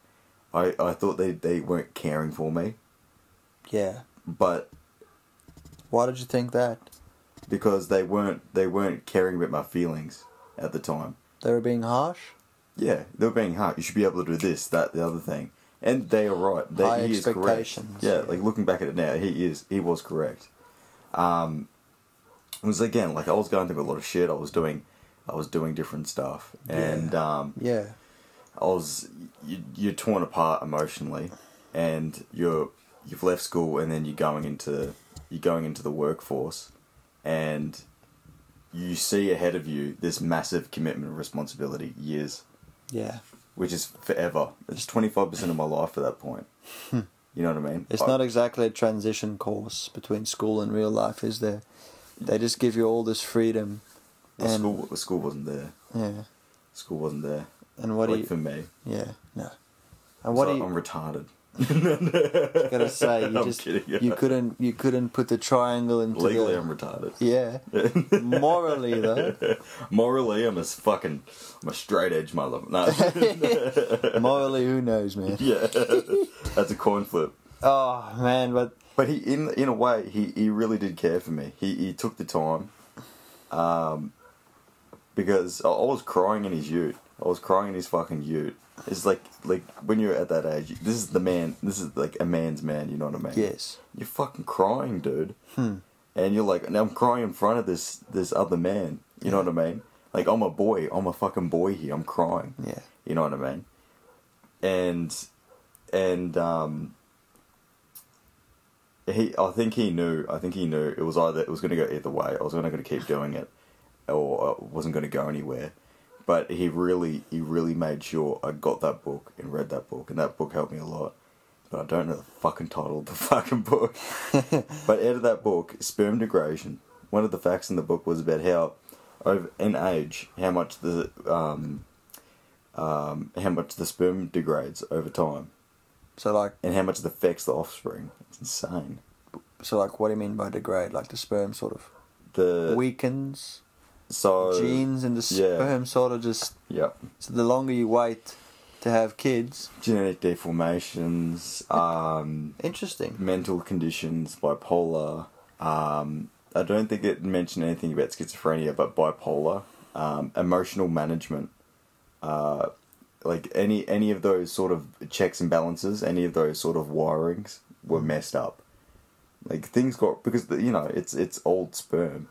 I I thought they they weren't caring for me, yeah but why did you think that because they weren't they weren't caring about my feelings at the time. they were being harsh Yeah, they were being hard. You should be able to do this, that, the other thing, and they are right. They, High he is correct. expectations. Yeah, like looking back at it now, he is he was correct. Um, it was again like I was going through a lot of shit. I was doing, I was doing different stuff, and um, yeah I was you, you're torn apart emotionally, and you're you've left school, and then you're going into you're going into the workforce, and you see ahead of you this massive commitment and responsibility years yeah which is forever. It's twenty five percent of my life at that point. You know what I mean? Hmm. it's I- not exactly a transition course between school and real life is there they just give you all this freedom the and school. The school wasn't there. yeah School wasn't there. and what like do for you me, yeah no and what So do you I'm retarded. gotta say you I'm just kidding. you couldn't you couldn't put the triangle into Legally, the, I'm retarded. yeah morally though Morally, I'm a fucking, I'm a straight edge mother. No, Morally, who knows, man? yeah, that's a coin flip. Oh man, but But he, in in a way, he, he really did care for me. He he took the time, um, because I I was crying in his ute. I was crying in his fucking ute. It's like like when you're at that age, this is the man. This is like a man's man. You know what I mean? yes, You're fucking crying, dude. And you're like, and I'm crying in front of this this other man. You know what I mean? Like I'm a boy. I'm a fucking boy here. I'm crying. yeah, You know what I mean? And and um he I think he knew I think he knew it was either it was going to go either way. I was going to keep doing it or I wasn't going to go anywhere. But he really he really made sure I got that book and read that book and that book helped me a lot. But I don't know the fucking title of the fucking book. but out of that book, sperm degradation, one of the facts in the book was about how over in age how much the um, um, how much the sperm degrades over time So like, and how much it affects the offspring. It's insane. so like, what do you mean by degrade? Like the sperm sort of The weakens so genes, and the Uh, oh, yeah. sperm sort of just. Yep. So the longer you wait to have kids, Genetic deformations, um, interesting. mental conditions, bipolar. Um, I don't think it mentioned anything about schizophrenia, but bipolar, um, emotional management, uh, like any any of those sort of checks and balances, any of those sort of wirings were messed up. Like things got because the, you know it's it's old sperm,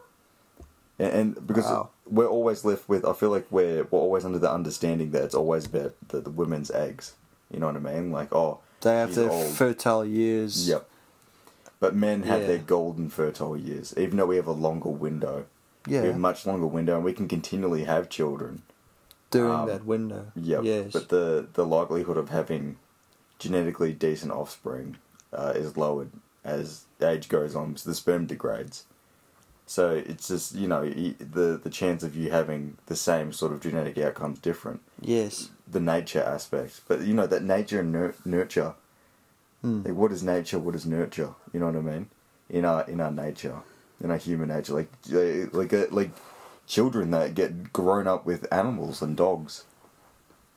and, and because Wow. we're always left with I feel like we're we're always under the understanding that it's always about the, the women's eggs. You know what I mean? Like oh, They have she's their old. fertile years. Yep. But men have Yeah. their golden fertile years, even though we have a longer window. Yeah. We have a much longer window and we can continually have children. during um, that window. Yep. Yes. But the, the likelihood of having genetically decent offspring uh, is lowered as age goes on because the sperm degrades. So it's just, you know, y- the, the chance of you having the same sort of genetic outcomes different. yes. The nature aspect. But, you know, that nature and nur- nurture Mm. like what is nature what is nurture you know what i mean in our in our nature in our human nature like like like, uh, like children that get grown up with animals and dogs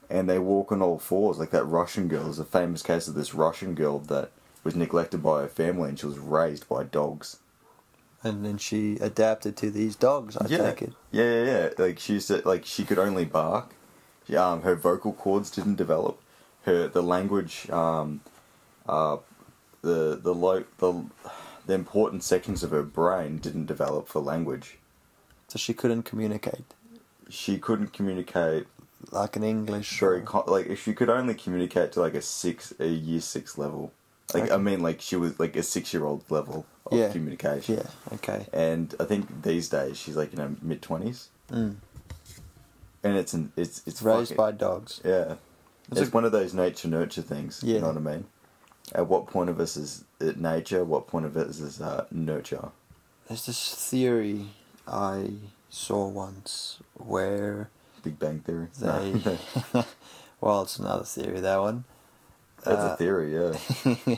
and they walk on all fours like that russian girl is a famous case of this russian girl that was neglected by her family and she was raised by dogs And then she adapted to these dogs. I take it. yeah yeah yeah like she said like she could only bark she, um her vocal cords didn't develop her the language um the the lo- the the important sections of her brain didn't develop for language. So she couldn't communicate She couldn't communicate like an English. very or- co like if she could only communicate to like a six a year six level. Like I Okay. mean, like she was like a six year old level of Yeah. communication. Yeah. Okay. And I think these days she's like you know mid twenties, Mm. and it's an, it's it's Raised fucking- by dogs. yeah. It's, It's a- one of those nature nurture things. Yeah. You know what I mean? At what point of us is it nature? What point of it is this, uh, nurture? There's this theory I saw once where Big Bang Theory. they. No. well, it's another theory that one. That's Uh, a theory, yeah.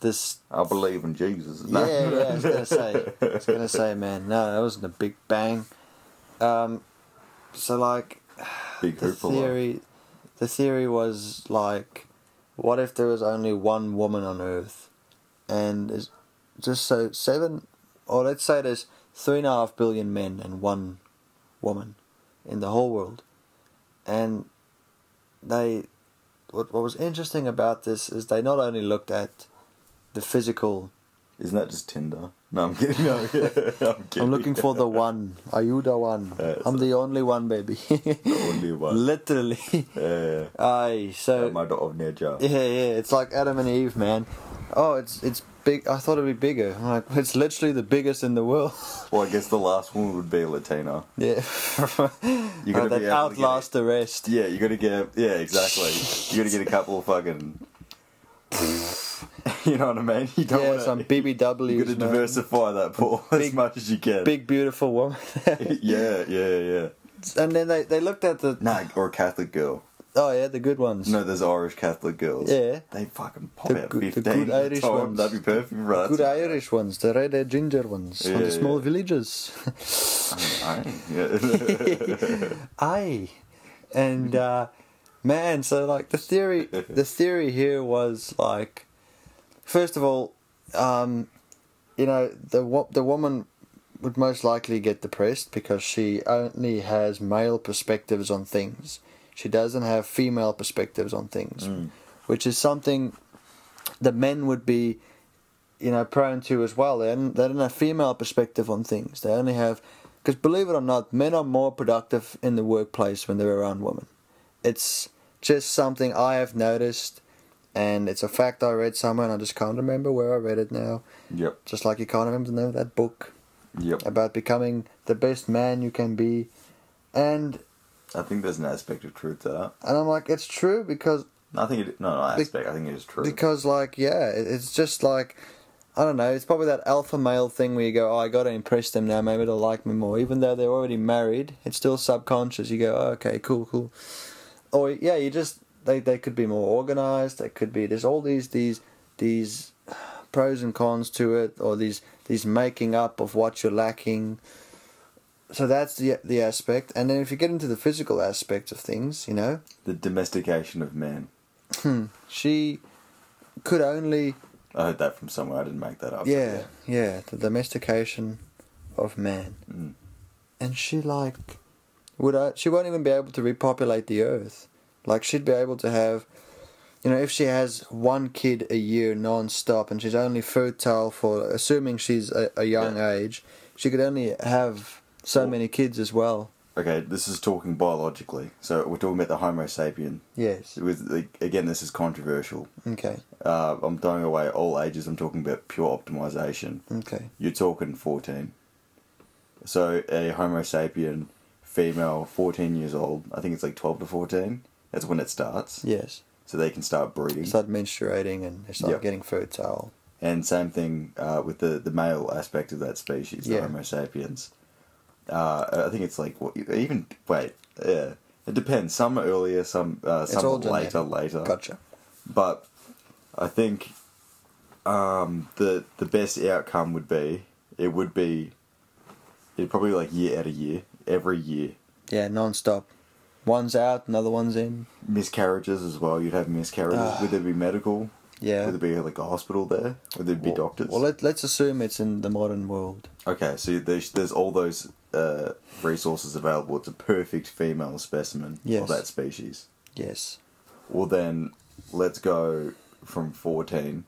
This. I believe in Jesus. Yeah, yeah. I was gonna say. I was gonna say, man. No, that wasn't a big bang. Um, so like Big the hoopla. theory the theory was like what if there was only one woman on earth and is just so seven or let's say there's three and a half billion men and one woman in the whole world and they what, what was interesting about this is they not only looked at the physical Isn't that just Tinder? No, I'm kidding. No, I'm kidding. I'm looking for the one. Are you the one? That's I'm it. the only one, baby. only one. Literally. Yeah. Aye, so Am I not of nature? Yeah, yeah, it's like Adam and Eve, man. Oh, it's it's big. I thought it'd be bigger. I'm like, it's literally the biggest in the world. Well, I guess the last one would be Latina. yeah, You're Oh, gonna that be able to get outlast the rest. Yeah, you gotta get. Yeah, exactly. you gotta get a couple of fucking. you know what I mean? You don't Yeah, want some You gotta BBWs, man. diversify that pool as Big- much as you can. big beautiful woman. Yeah, yeah, yeah. and then they, they looked at the Nah, or a Catholic girl. oh yeah the good ones. No, there's Irish Catholic girls. Yeah. They fucking pop The out good- the 15 good at a Irish time. ones. That'd be perfect for us. Good Irish ones, the red haired ginger ones from Yeah, the small yeah. villages. Aye, yeah. Aye, and uh, man, so like the theory, the theory here was like, first of all, um, you know the wo- the woman would most likely get depressed because she only has male perspectives on things. She doesn't have female perspectives on things, which is something the men would be, you know, prone to as well. They don't, they don't have female perspective on things. They only have, because believe it or not, men are more productive in the workplace when they're around women. It's just something I have noticed, and it's a fact I read somewhere, and I just can't remember where I read it now. yep, Just like you can't remember the name of that book yep. about becoming the best man you can be, and I think there's an aspect of truth to that. and I'm like, it's true because No, I think it, no, not aspect. I think it is true. because like yeah it- it's just like I don't know. It's probably that alpha male thing where you go, "Oh, I got to impress them now. Maybe they'll like me more." Even though they're already married, it's still subconscious. You go, oh, "Okay, cool, cool." Or yeah, you just they they could be more organized. They could be there's all these these these pros and cons to it, or these these making up of what you're lacking. So that's the the aspect, and then if you get into the physical aspect of things, you know, The domestication of men. she could only I heard that from somewhere. I didn't make that up. yeah, yeah, the domestication of man. Mm. And she like would I, she won't even be able to repopulate the earth. Like she'd be able to have you know, if she has one kid a year non-stop and she's only fertile for assuming she's a, a young age, she could only have so Well- many kids as well. Okay, this is talking biologically. So we're talking about the Homo sapien. Yes. With like, again, this is controversial. Okay. Uh, I'm throwing away all ages. I'm talking about pure optimization. Okay. You're talking 14. So a Homo sapien female, 14 years old. I think it's like 12 to 14. That's when it starts. Yes. So they can start breeding. Start menstruating and they start Mm. Yep. getting fertile. And same thing uh, with the, the male aspect of that species, Yeah. the Homo sapiens. Uh, I think it's like what, even wait, yeah, it depends. Some are earlier, some uh, some all are later, genetic. later. Gotcha. But I think um, the the best outcome would be it would be it'd probably be like year out of year, every year. Yeah, non-stop. One's out, another one's in. Miscarriages as well. You'd have miscarriages. Ah. Would there be medical? Yeah. Would there be like a hospital there? Would there be well, doctors? Well, let, let's assume it's in the modern world. Okay, so there's there's all those uh, resources available. It's a perfect female specimen Yes. of that species. Yes. Well, then let's go from fourteen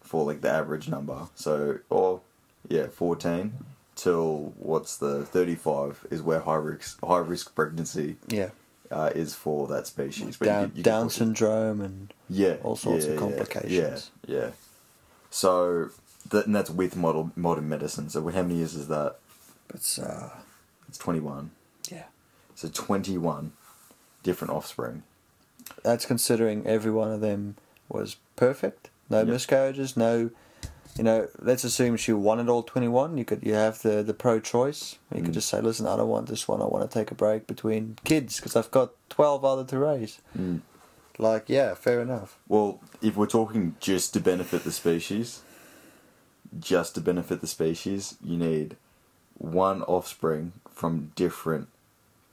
for like the average number. So, or yeah, fourteen till what's the thirty-five is where high risk high risk pregnancy Yeah. uh, is for that species. But you Down, could- you could Down push it- syndrome and yeah, all sorts of yeah, complications. Yeah, yeah. So, that, and that's with model, modern medicine. So, how many years is that? it's uh, It's twenty-one. yeah. So 21 different offspring. That's considering every one of them was perfect. No Yep. miscarriages. No, you know. Let's assume she wanted all twenty one. You could you have the the pro choice. You Mm. could just say, listen, I don't want this one. I want to take a break between kids because I've got twelve other to raise. Mm. Like yeah, fair enough. Well, if we're talking just to benefit the species, just to benefit the species, you need one offspring from different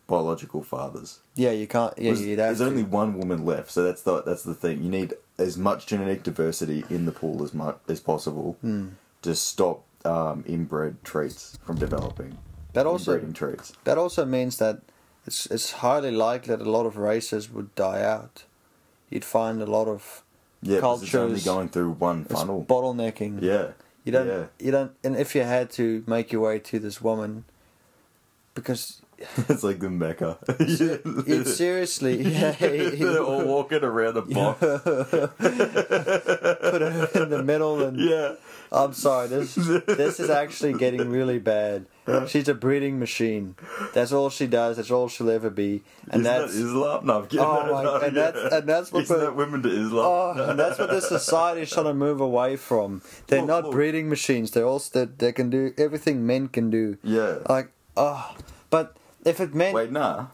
biological fathers. Yeah, you can't. Yeah, There's- you'd have There's to. only one woman left, so that's the that's the thing. You need as much genetic diversity in the pool as much as possible Hmm. to stop um, inbred traits from developing. That also- inbreeding traits. That also means that it's it's highly likely that a lot of races would die out. You'd find a lot of Yeah, because it's only Cultures- going through one it's funnel. bottlenecking. yeah, You don't Yeah. you don't and if you had to make your way to this woman because It's like the Mecca. it seriously yeah, They're all walking around a box. put her in the middle and Yeah. I'm sorry, this this is actually getting really bad. She's a breeding machine. That's all she does, that's all she'll ever be. And Isn't that that's Islam? No, I'm kidding. Oh No, my- no, and that's- and that's what Isn't the- that women to Islam? Oh, and that's what this society is trying to move away from. They're Look, not look. breeding machines. They're all st- they can do everything men can do. Yeah. Like, oh, but if it meant Wait, nah.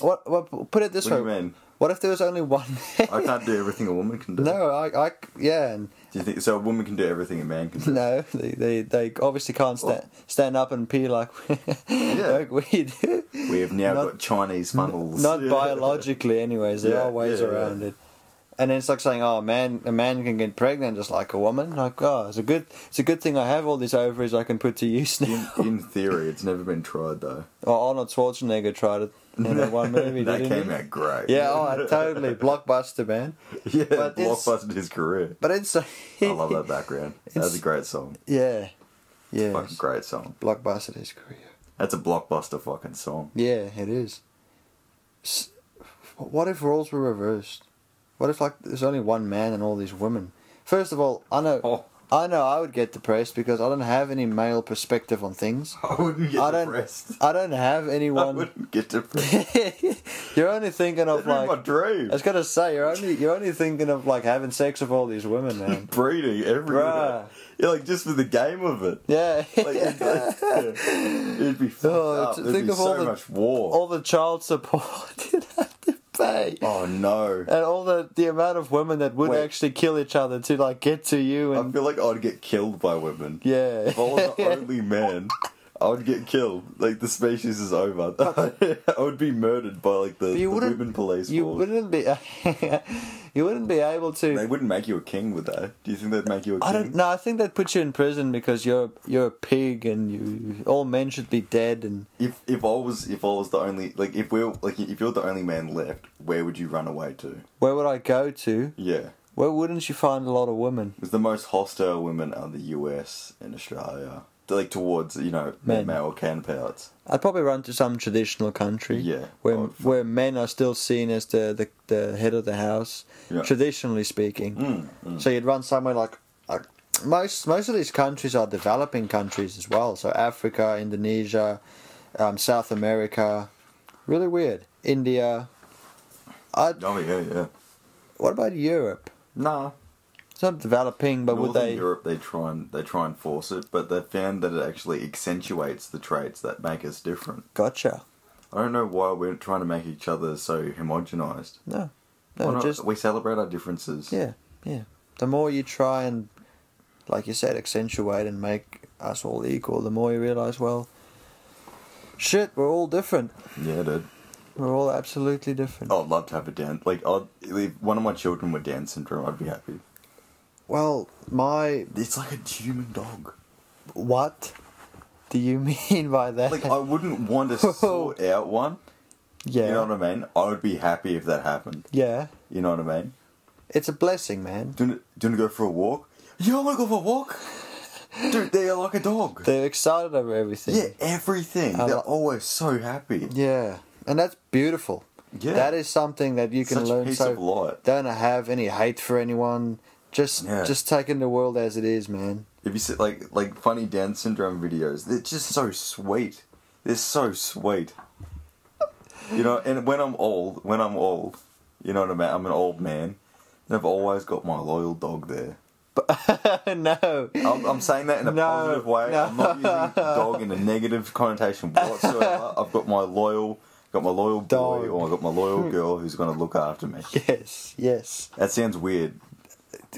what, what? Put it this What do way. you mean? What if there was only one? I can't do everything a woman can do. no, I, I, yeah, and Do you think so? A woman can do everything a man can do. no, they, they, they obviously can't stand stand up and pee like, like we do. We have now Not- got Chinese funnels. Not Yeah. biologically, anyways. There Yeah, are ways yeah, yeah. around it. And it's like saying, "Oh, man, a man can get pregnant just like a woman." Like, oh, it's a good, it's a good thing I have all these ovaries I can put to use now. In, in theory, it's never been tried though. oh, Arnold Schwarzenegger tried it in that one movie, that didn't came he? out great. Yeah, oh, totally blockbuster, man. yeah. but it's- Blockbustered his career. But it's, I love that background. That's It's- a great song. yeah, yeah, Fucking great song. blockbuster his career. That's a blockbuster fucking song. Yeah, it is. S- What if roles were reversed? What if like there's only one man and all these women? First of all, I know Oh. I know I would get depressed because I don't have any male perspective on things. I wouldn't get I don't. depressed. I don't have I anyone. wouldn't get depressed. you're only thinking That'd of be my like. dream. I was gonna say you're only you're only thinking of like having sex with all these women, man. Breeding everywhere. Bruh. Yeah, like just for the game of it. Yeah. Like, it'd, like, yeah, it'd be fucked Oh, up. to There'd think be of so all the- much war. all the child support you'd have to pay. oh no. And all the, the amount of women that would Wait. actually kill each other to like get to you I and feel like I'd get killed by women. yeah. If I was the only man, I would get killed. Like the species is over. I would be murdered by like the, But you the wouldn't- women police you force. wouldn't be you wouldn't be able to. They wouldn't make you a king, would they? Do you think they'd make you a king? I don't know. I think they'd put you in prison because you're you're a pig and you all men should be dead and If if I was if I was the only like if we're like if you're the only man left, where would you run away to? where would I go to? Yeah. Where wouldn't you find a lot of women? Because the most hostile women are the US and Australia. Like towards, you know, Men. male counterparts. I'd probably run to some traditional country, Yeah. where Oh, fuck. where men are still seen as the the, the head of the house, Yeah. traditionally speaking. Mm, mm. So you'd run somewhere like, like most most of these countries are developing countries as well. So Africa, Indonesia, um, South America, really weird. India. I Oh yeah, yeah. what about Europe? Nah. It's not developing, but Northern would they? Europe they try and they try and force it, but they found that it actually accentuates the traits that make us different. Gotcha. I don't know why we're trying to make each other so homogenized. No, Why no, not? just we celebrate our differences. yeah, yeah. The more you try and, like you said, accentuate and make us all equal, the more you realize, well, shit, we're all different. Yeah, dude. We're all absolutely different. I'd love to have a down like I'd, if one of my children were Down syndrome, I'd be happy. Well, my It's like a human dog. What do you mean by that? Like I wouldn't want to sort out one. yeah. You know what I mean? I would be happy if that happened. yeah. You know what I mean? It's a blessing, man. Do you, do you wanna go for a walk? You want to go for a walk? Dude, they are like a dog. They're excited over everything. yeah, everything. I They're like- always so happy. Yeah. And that's beautiful. Yeah. That is something that you can Such learn peace so of light. don't have any hate for anyone. Just Yeah. just taking the world as it is, man. If you see like like funny Down syndrome videos, they're just so sweet. They're so sweet. You know, and when I'm old, when I'm old, you know what I mean. I'm an old man, and I've always got my loyal dog there. no. I'm, I'm saying that in a No, positive way. no. I'm not using dog in a negative connotation whatsoever. I've got my loyal, got my loyal boy, Dog. or I've got my loyal girl who's going to look after me. Yes, yes. That sounds weird,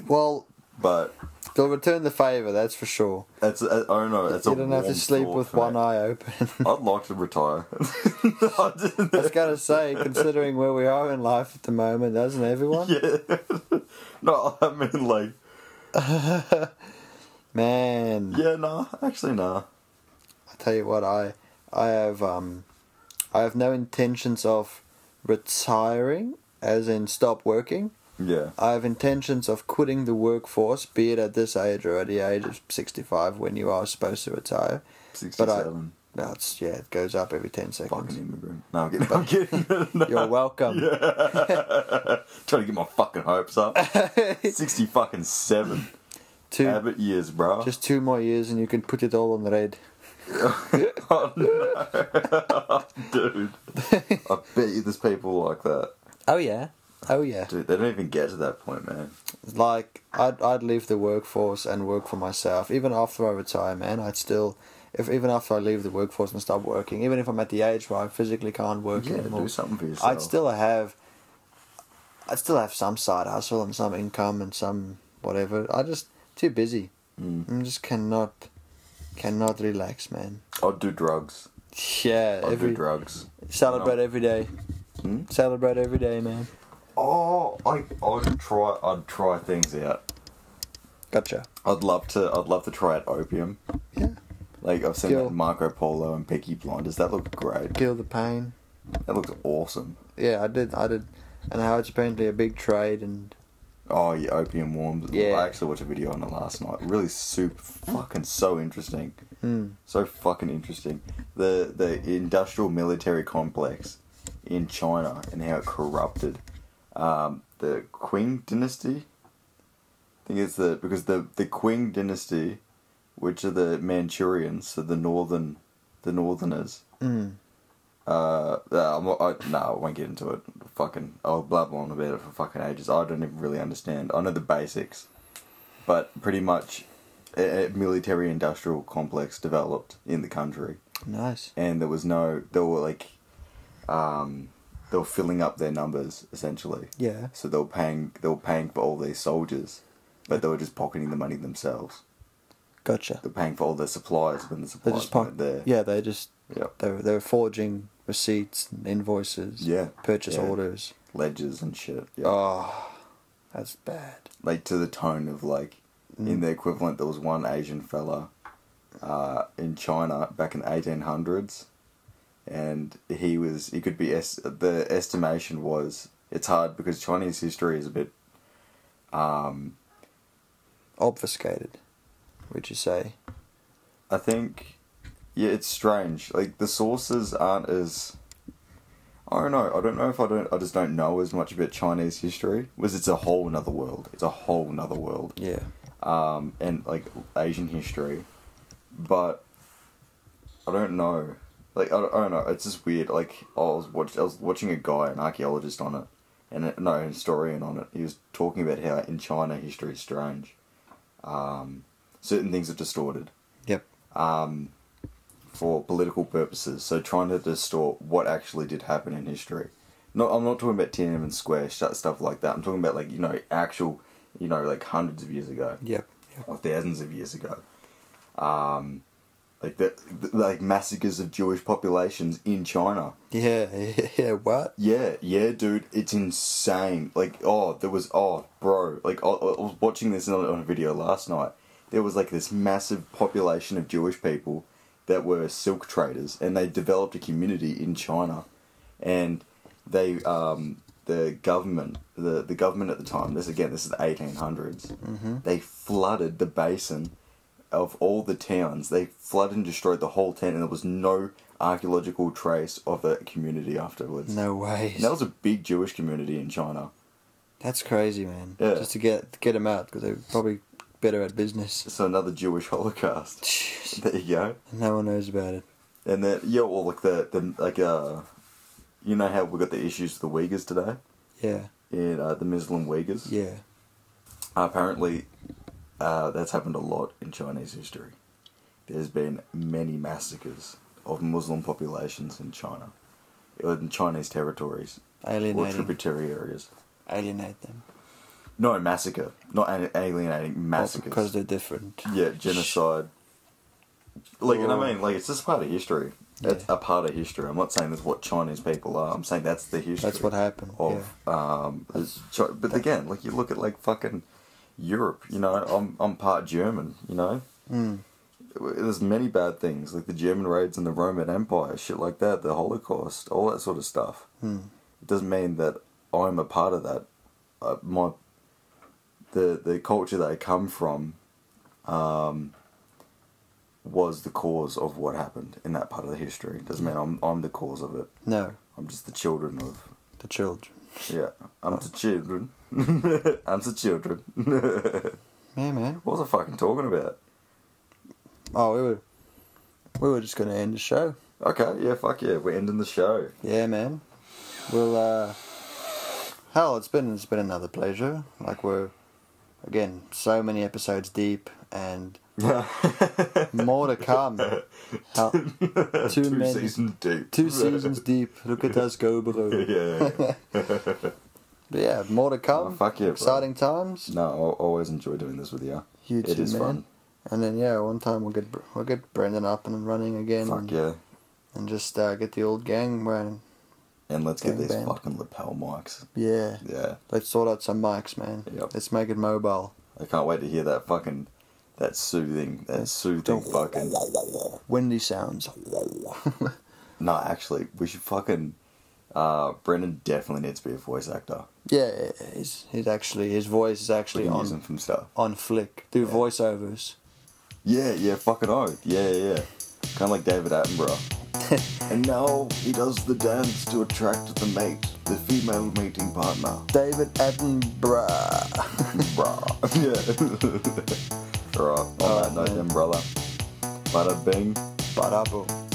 Well, but they'll return the favour, that's for sure. that's I don't know. That's a you don't have to warm sleep thought with for me. one eye open. I'd like to retire. I was gonna say, considering where we are in life at the moment, doesn't everyone? yeah. No, I mean like, Man. yeah, nah. Actually, nah. I tell you what, I I have um I have no intentions of retiring as in stop working. Yeah. I have intentions of quitting the workforce, be it at this age or at the age of sixty five when you are supposed to retire. But I Sixty-seven. no, it's yeah, it goes up every ten Fucking seconds. immigrant. No, I'm kidding. I'm kidding. No. You're welcome. Trying to get my fucking hopes up. Sixty fucking seven. Two Abbott years, bro. just two more years and you can put it all on red. oh, no. dude. I bet you there's people like that. Oh yeah. Oh yeah. Dude, they don't even get to that point, man. like I'd I'd leave the workforce and work for myself. Even after I retire, man, I'd still if even after I leave the workforce and stop working, even if I'm at the age where I physically can't work Yeah, anymore, do something for yourself. I'd still have I'd still have some side hustle and some income and some whatever. I just too busy. I just cannot cannot relax, man. I'd do drugs. Yeah, I'd every do drugs. celebrate No. every day. Hmm? Celebrate every day, man. Oh, I, I'd try. I'd try things out. Gotcha. I'd love to. I'd love to try out opium. Yeah. Like I've seen Yeah. that Marco Polo and Peaky Blinders. That looked great. Kill the pain. That looked awesome. Yeah, I did. I did. And how it's apparently a big trade, and Oh, yeah, opium worms. Yeah. I actually watched a video on it last night. Really super fucking so interesting. mm, So fucking interesting. The the industrial military complex in China and how it corrupted um, the Qing dynasty. think it's the because the the Qing dynasty, which are the Manchurians, so the northern, the northerners. Mm. Uh, uh, I'm, I, no, I won't get into it. Fucking, I'll blabber on about it for fucking ages. I don't even really understand. I know the basics, but pretty much, a, a military-industrial complex developed in the country, Nice. and there was no. They were like, um, they were filling up their numbers essentially. Yeah. So they were paying. They were paying for all these soldiers, but they were just pocketing the money themselves. Gotcha. They're paying for all their supplies when the They supplies just weren't pocket. there. Yeah, they just Yep. they were, they were forging receipts, and invoices, Yeah, purchase yeah. orders. ledgers and shit. Yeah. Oh, that's bad. like to the tone of like in the equivalent there was one asian fella uh, in china back in the 1800s and he was he could be es- the estimation was it's hard because chinese history is a bit um Obfuscated, would you say? i think yeah it's strange like the sources aren't as I don't know. I don't know if I don't. I just don't know as much about Chinese history. Was it's a whole another world. It's a whole another world. Yeah. um, and like Asian history, but I don't know. Like I don't, I don't know. It's just weird. Like I was watch, I was watching a guy, an archaeologist on it, and a, no, a historian on it. He was talking about how in China history is strange. Um, certain things are distorted Yep. um, for political purposes. So trying to distort what actually did happen in history. No, I'm not talking about Tiananmen Square stu- stuff like that. I'm talking about like you know actual, you know like hundreds of years ago Yep. Yep. or thousands of years ago. Um, like the, the like massacres of Jewish populations in China. Yeah. Yeah. yeah what? Yeah, yeah, dude, it's insane. Like, oh, there was oh, bro, like I, I was watching this on, on a video last night. There was like this massive population of Jewish people that were silk traders, and they developed a community in China, and they um the government the the government at the time this again this is the 1800s they flooded the basin of all the towns they flooded and destroyed the whole town and there was no archaeological trace of that community afterwards No way. and that was a big Jewish community in China. That's crazy, man. Yeah. Just to get get them out because they're probably better at business. So another Jewish Holocaust. Jeez. There you go. No one knows about it. And then yeah, well, like the, the like uh, you know how we got the issues with the Uyghurs today Yeah. in uh, the Muslim Uyghurs. Yeah. apparently, uh, that's happened a lot in Chinese history. There's been many massacres of Muslim populations in China, in Chinese territories or Alienating. tributary areas. alienate them. No massacre, not an- alienating massacres. Because Oh, they're different. Yeah, genocide. Like, and Oh. I mean, like, it's just part of history. It's Yeah. a part of history. I'm not saying that's what Chinese people are. I'm saying that's the history. That's what happened. Of, um, it's Chi- but again, like, you look at, like, fucking Europe, you know, I'm, I'm part German, you know? yeah. Mm. There's many bad things, like the German raids and the Roman Empire, shit like that, the Holocaust, all that sort of stuff. Mm. It doesn't mean that I'm a part of that. Uh, my the the culture that I come from um, was the cause of what happened in that part of the history. Doesn't mean I'm I'm the cause of it. No, I'm just the children of the children. yeah. I'm the children. I'm the children. what Yeah, man. was I fucking talking about? Oh, we were we were just gonna end the show. Okay, yeah, fuck yeah, we're ending the show. Yeah, man. Well, uh, hell, it's been it's been another pleasure. Like we're again so many episodes deep and more to come. Hell, Two many- seasons deep. two seasons deep. Look at us go, yeah, bro. yeah, yeah. But yeah, more to come. Oh, fuck yeah, bro. Exciting times. No, I always enjoy doing this with you. You It too, is man. fun. And then yeah, one time we'll get Br- we'll get Brendan up and running again, Fuck and, yeah. and just uh, get the old gang running. And let's get Gang these band. fucking lapel mics. Yeah. Yeah. Let's sort out some mics, man. Yep. Let's make it mobile. I can't wait to hear that fucking, that soothing, that soothing fucking. Windy sounds. No, actually, we should fucking, uh, Brendan definitely needs to be a voice actor. yeah, he's, he's actually his voice is We actually can use him on from stuff. on flick. Do voiceovers. Yeah, yeah, fucking oath. Yeah, yeah, yeah. Kind of like David Attenborough. and now he does the dance to attract the mate. the female mating partner. David Attenborough. yeah. Oh, right. On that note, then, brother. Bada bing. Barabo.